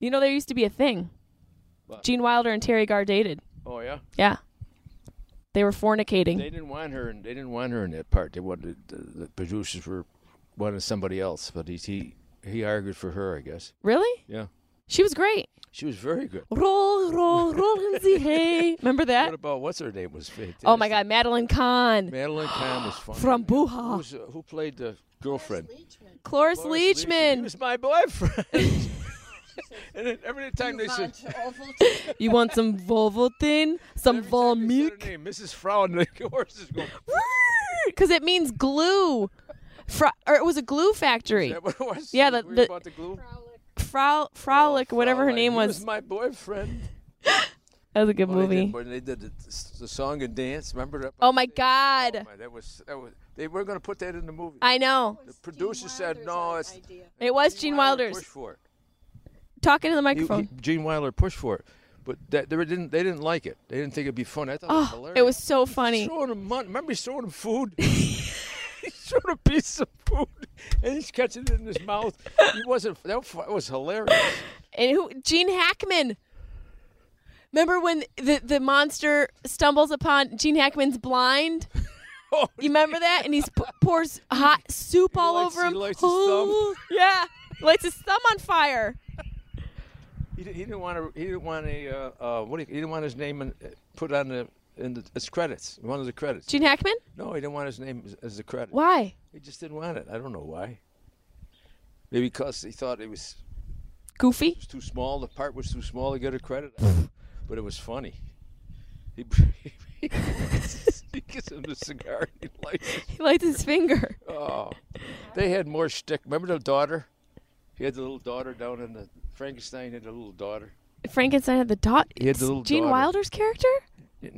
A: You know, there used to be a thing.
B: What?
A: Gene Wilder and Terry Garr dated.
B: Oh, yeah?
A: Yeah. They were fornicating.
B: They didn't want her, and they didn't want her in that part. They wanted the, the producers were wanted somebody else, but he, he he argued for her, I guess.
A: really?
B: Yeah,
A: She was great.
B: she was very good.
A: Roll, roll, roll in the hay. Remember
B: What
A: that?
B: about what's her name was fantastic.
A: Oh my God, Madeline Kahn.
B: Madeline Kahn was funny.
A: From Buha.
B: Who's, uh, who played the girlfriend?
A: Cloris,
B: Leachman. He
A: Leachman.
B: was my boyfriend. and then every time they said,
A: you want some Volvotin? Some
B: every time they said her
A: Volmuk?
B: name, Mrs. Frown, the horses go.
A: Because it means glue. Fro- or it was a glue factory.
B: That what it was?
A: Yeah, the-
B: We
A: the-
B: bought the glue.
A: Frau, Fraulich, whatever her
B: Fraulein.
A: name
B: He
A: was.
B: was my boyfriend.
A: That was a good
B: When they did-
A: movie.
B: When they did the, the song and dance, remember that?
A: Oh my God.
B: Man, that was that was. They were going to put that in the movie.
A: I know.
B: the producer said no. It's
A: It was Gene
B: Pushed
A: Wilder's.
B: for it.
A: Talking to the
B: He- he-
A: microphone.
B: Gene Wilder pushed for it, but that, they didn't. They didn't like it. They didn't think it'd be fun. I thought it was
A: Oh,
B: hilarious.
A: it was so funny.
B: Throwing him money. Remember he's throwing him food? he's throwing a piece of food and he's catching it in his mouth. He wasn't. That was- that was hilarious.
A: And who? Gene Hackman. Remember when the the monster stumbles upon Gene Hackman's blind?
B: Oh,
A: You remember that? And he p- pours hot soup all
B: lights-
A: over
B: he
A: him. Oh,
B: lights his thumb.
A: yeah, lights his thumb on fire.
B: he, di- he didn't want to. He didn't want a. Uh, uh, what? Do you, he didn't want his name in, uh, put on the in the, his credits. One of the credits.
A: Gene Hackman?
B: no, he didn't want his name as, as the credit.
A: Why?
B: He just didn't want it. I don't know why. Maybe because he thought it was
A: Goofy?
B: was too small. The part was too small to get a credit, but it was funny. He, he, gives him the cigar. He lights it.
A: He lights his finger.
B: Oh, they had more shtick. Remember the daughter? He had the little daughter down in the Frankenstein. Had the little daughter.
A: Frankenstein had the dot.
B: He had the little
A: Gene
B: daughter.
A: Wilder's character?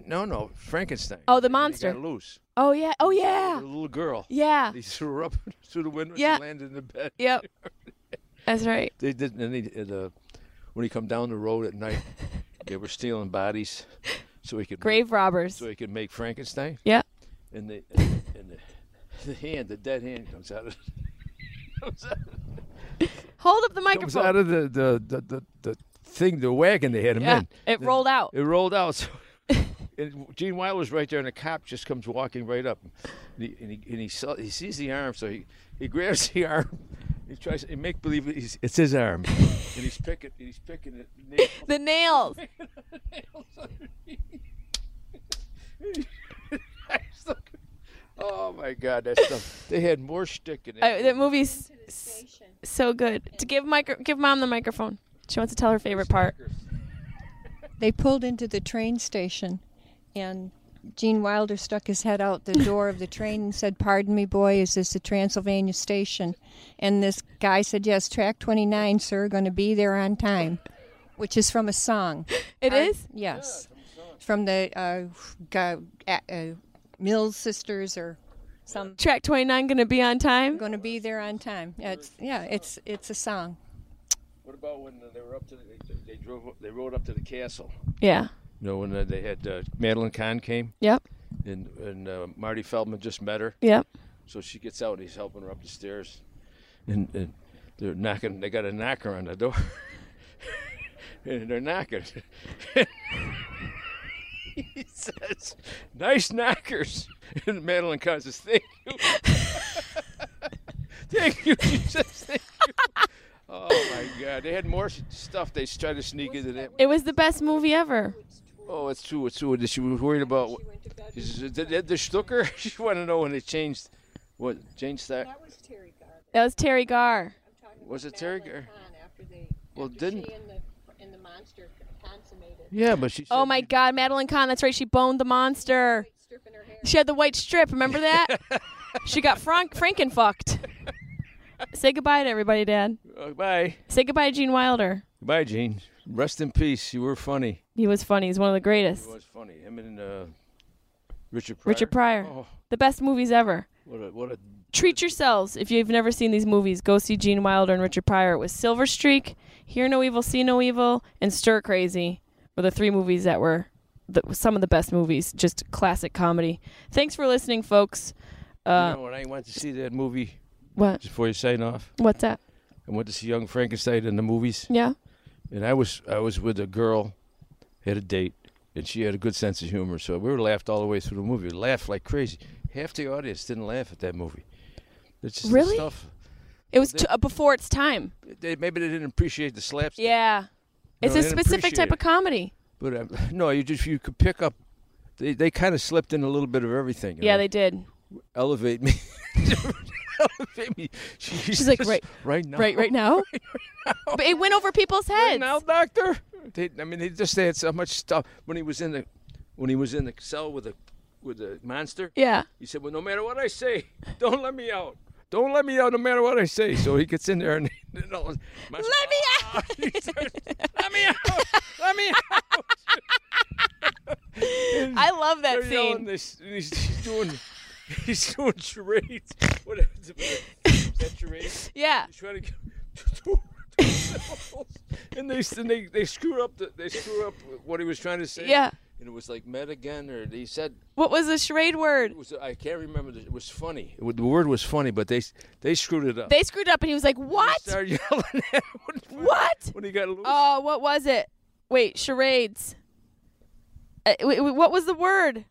B: No, no, Frankenstein.
A: Oh, the
B: They
A: monster.
B: Got loose.
A: Oh yeah. Oh
B: The
A: yeah.
B: little girl.
A: Yeah.
B: They threw her up through the window.
A: Yeah.
B: She landed in the bed.
A: Yep. That's right.
B: They did. And he, and, uh, when he come down the road at night, they were stealing bodies, so he could
A: Grave robbers.
B: so he could make Frankenstein.
A: Yeah.
B: and the and, and the, the hand, the dead hand, comes out of comes out,
A: Hold up the
B: comes
A: microphone.
B: out of the the, the the the thing, the wagon they had him
A: yeah.
B: in.
A: It rolled out.
B: It rolled out. So, and Gene Wilder's right there, and the cop just comes walking right up, and he and he, and he, saw, he sees the arm, so he, he grabs the arm. He tries to make believe he's, it's his arm, and he's picking he's picking it. nail-
A: The nails.
B: oh my God, that stuff! They had more shtick in it.
A: I, that movie's s- so good. To give micro, give mom the microphone. She wants to tell her favorite part.
J: They pulled into the train station, and Gene Wilder stuck his head out the door of the train and said, "Pardon me, boy, is this the Transylvania station?" And this guy said, "Yes, track 29, sir, going to be there on time," which is from a song.
A: It
J: Pardon-
A: is.
J: Yes, from the uh, g- uh, uh, Mills sisters or
K: Some
F: Track 29 going to be on time?
K: going to be there on time. Yeah, It's yeah, it's it's a song.
B: What about when they were up to the, they, they drove they rode up to the castle?
F: Yeah.
B: You know when uh, they had uh, Madeline Kahn came
F: Yep.
B: and and uh, Marty Feldman just met her,
F: Yep.
B: so she gets out and he's helping her up the stairs, and, and they're knocking. They got a knocker on the door, and they're knocking. he says, "Nice knockers," and Madeline Kahn says, "Thank you, thank you." She says, "Thank you." Oh my God! They had more s- stuff they tried to sneak into that.
F: It was the best movie ever.
B: Oh, it's true. It's true. She was worried about what, is, is- did, did they stuck her? She wanted to know when they changed. What changed that?
F: That was Terry Garr.
B: Was it Terry? Gar-
L: after they
B: Well, didn't.
L: she and the and the monster consummated
B: Yeah, but she. Said,
F: Oh my God, Madeline Kahn. That's right. She boned the monster.
L: stripping her hair.
F: She had the white strip. Remember that? she got Frank Frankenfucked. Say goodbye to everybody, Dad.
B: Uh, bye,
F: Say goodbye to Gene Wilder.
B: bye, Gene. Rest in peace. You were funny.
F: He was funny. He's one of the greatest.
B: It was funny. Him and uh, Richard Pryor.
F: Richard Pryor.
B: Oh,
F: The best movies ever.
B: what a what a
F: Treat yourselves if you've never seen these movies. Go see Gene Wilder and Richard Pryor. It was Silver Streak, Hear No Evil, See No Evil, and Stir Crazy were the three movies that were the, some of the best movies. Just classic comedy. Thanks for listening, folks. Uh,
B: you know, when I went to see that movie
F: What?
B: just before you sign off,
F: What's that?
B: I went to see Young Frankenstein in the movies,
F: Yeah.
B: and I was I was with a girl, had a date, and she had a good sense of humor, so we were laughed all the way through the movie. We laughed like crazy. Half the audience didn't laugh at that movie. It's just the
F: Really?
B: stuff.
F: It was t- uh, before its time.
B: They, maybe they didn't appreciate the slaps.
F: Yeah. It's
B: No,
F: a
B: I didn't
F: specific
B: appreciate
F: type
B: it.
F: of comedy.
B: But um, no, you just you could pick up. They they kind of slipped in a little bit of everything. you
F: Yeah,
B: know.
F: they did.
B: elevate me. elevate me. Jesus,
F: like, right-
B: Oh, right now,
F: Right, right now. but it went over people's
B: right
F: heads.
B: now, doctor. They, I mean, they just they had so much stuff when he was in the when he was in the cell with the with the monster.
F: Yeah.
B: He said, "Well, no matter what I say, don't let me out. Don't let me out, no matter what I say." So he gets in there and, and all, let
F: me out.
B: let me out, let me out.
F: I love that
B: They're yelling
F: scene.
B: this- and he's, he's doing he's doing charades. What is it? Is that charades?
F: Yeah.
B: He's trying to get and they and they they screwed up the, they screwed up what he was trying to say.
F: Yeah.
B: And it was like met again, or they said
F: What was the charade word?
B: it was I can't remember. the- It was funny. It, was- the word was funny, but they they screwed it up.
F: They screwed up, and he was like, "What?
B: started yelling at him
F: What?
B: when he got loose.
F: Oh, what was it? Wait, charades. Uh, w- w- what was the word?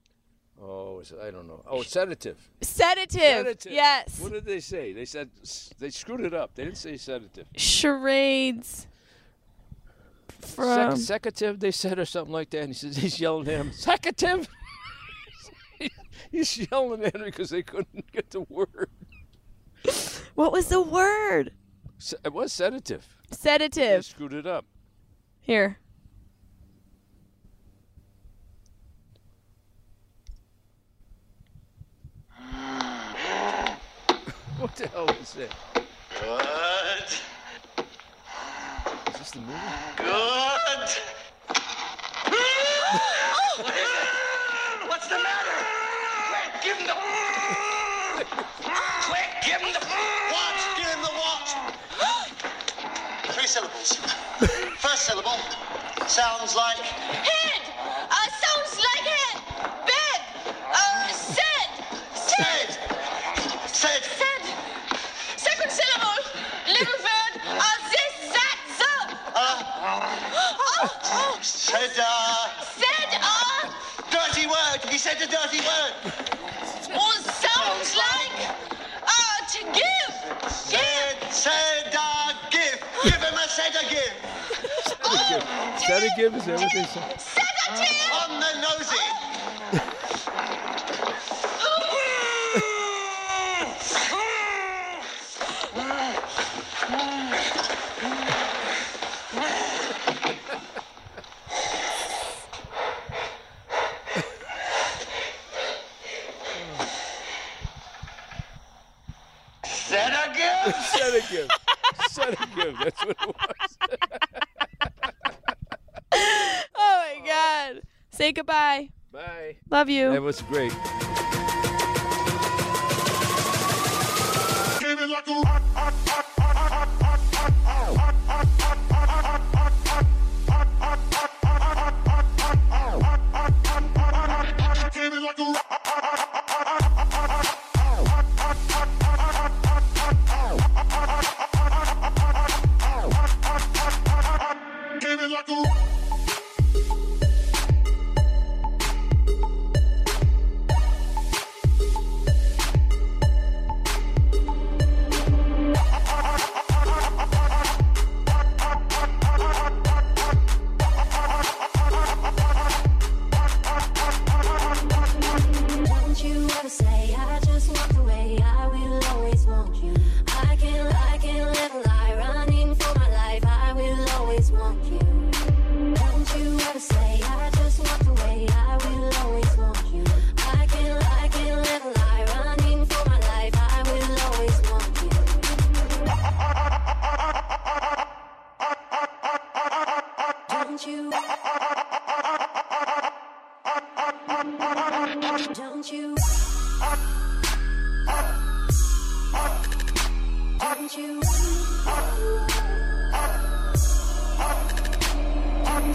B: oh, it was- I don't know. Oh, sedative.
F: Sedative.
B: Sedative.
F: Yes.
B: What did they say? They said they screwed it up. They didn't say sedative.
F: Charades. From. um,
B: Sec- secative, they said, or something like that. And he says he's yelling at him, secative. he's yelling at him because they couldn't get the word.
F: what was the word?
B: Se- It was sedative. They
F: Sedative.
B: screwed it up.
F: Here.
B: What the hell is that?
D: Good.
B: Is this the movie?
D: Good. What's the matter? Quick, give him the. Quick, give him the. Watch, give him the watch. Three syllables. First syllable sounds like.
J: Head! Uh, sounds like head! Bed! Uh, said! Said!
D: Said. Said.
J: Said! Second syllable! Little bird! Uh, this, that, the! Oh, oh!
D: Said a
J: Said, uh,
D: dirty word. He said a dirty word.
J: or sounds like, uh, to give!
D: Said.
J: Give!
D: Said a give. Give him a said a give.
B: Sedative is everything. said.
J: Sedative!
D: On the nosy. Said again?
B: Sedative. Sedative. That's what it was.
F: Oh my God. Say goodbye.
B: Bye.
F: Love you.
B: That was great.
M: away. I just walked away. I will always want you. I can, I can live a lie, running for my life. I will always want you. Don't you ever say I just walked away. I will always want you. I can, I can live a lie, running for my life. I will always want you. Don't you? Don't you? Don't you? Don't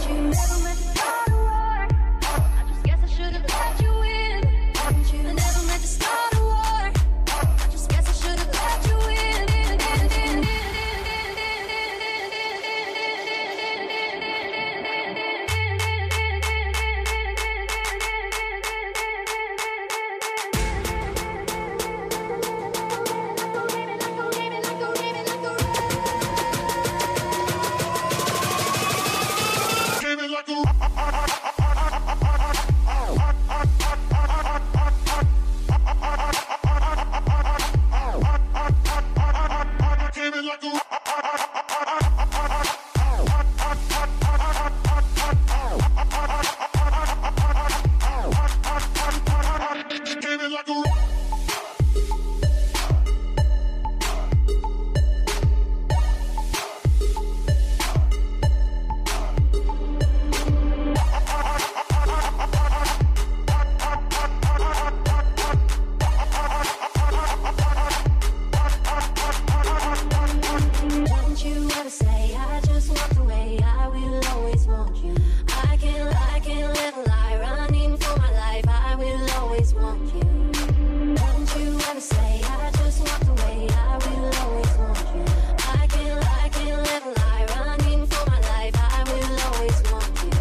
M: you never meant to start a war? I just guess I should have let you in. I never meant to start a war. I just guess I should have let you in. in, in, in, in, in, in, in, in, in, in, in, Don't you ever say I just walked away. I will always want you. I can, I can live a lie, running for my life. I will always want you. Don't you ever say I just walked away. I will always want you. I can, I can live a lie, running for my life. I will always want you.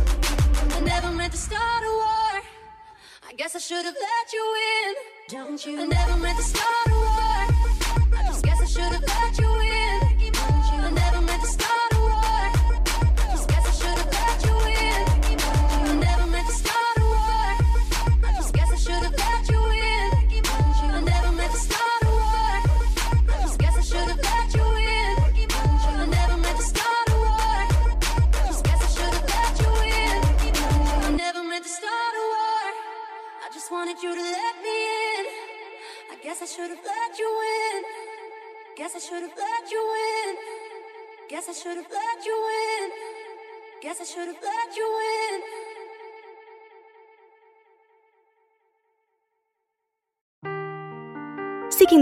M: I never meant to start a war. I guess I should have let you in. Don't you? I never meant to start a war. I just guess I should have let you in. I never meant to start a war. I just guess I should have let you in. I never meant to start a war. I just guess I should have let you in. I never meant to start a war. I just guess I should have let you in. I never meant to start a war. I just guess I should have let you in. I never meant to start a war. I just wanted you to let me in. I guess I should have let you in. Guess I should have let you in. Guess I should have let you in. Guess I should have let you in.
N: Seeking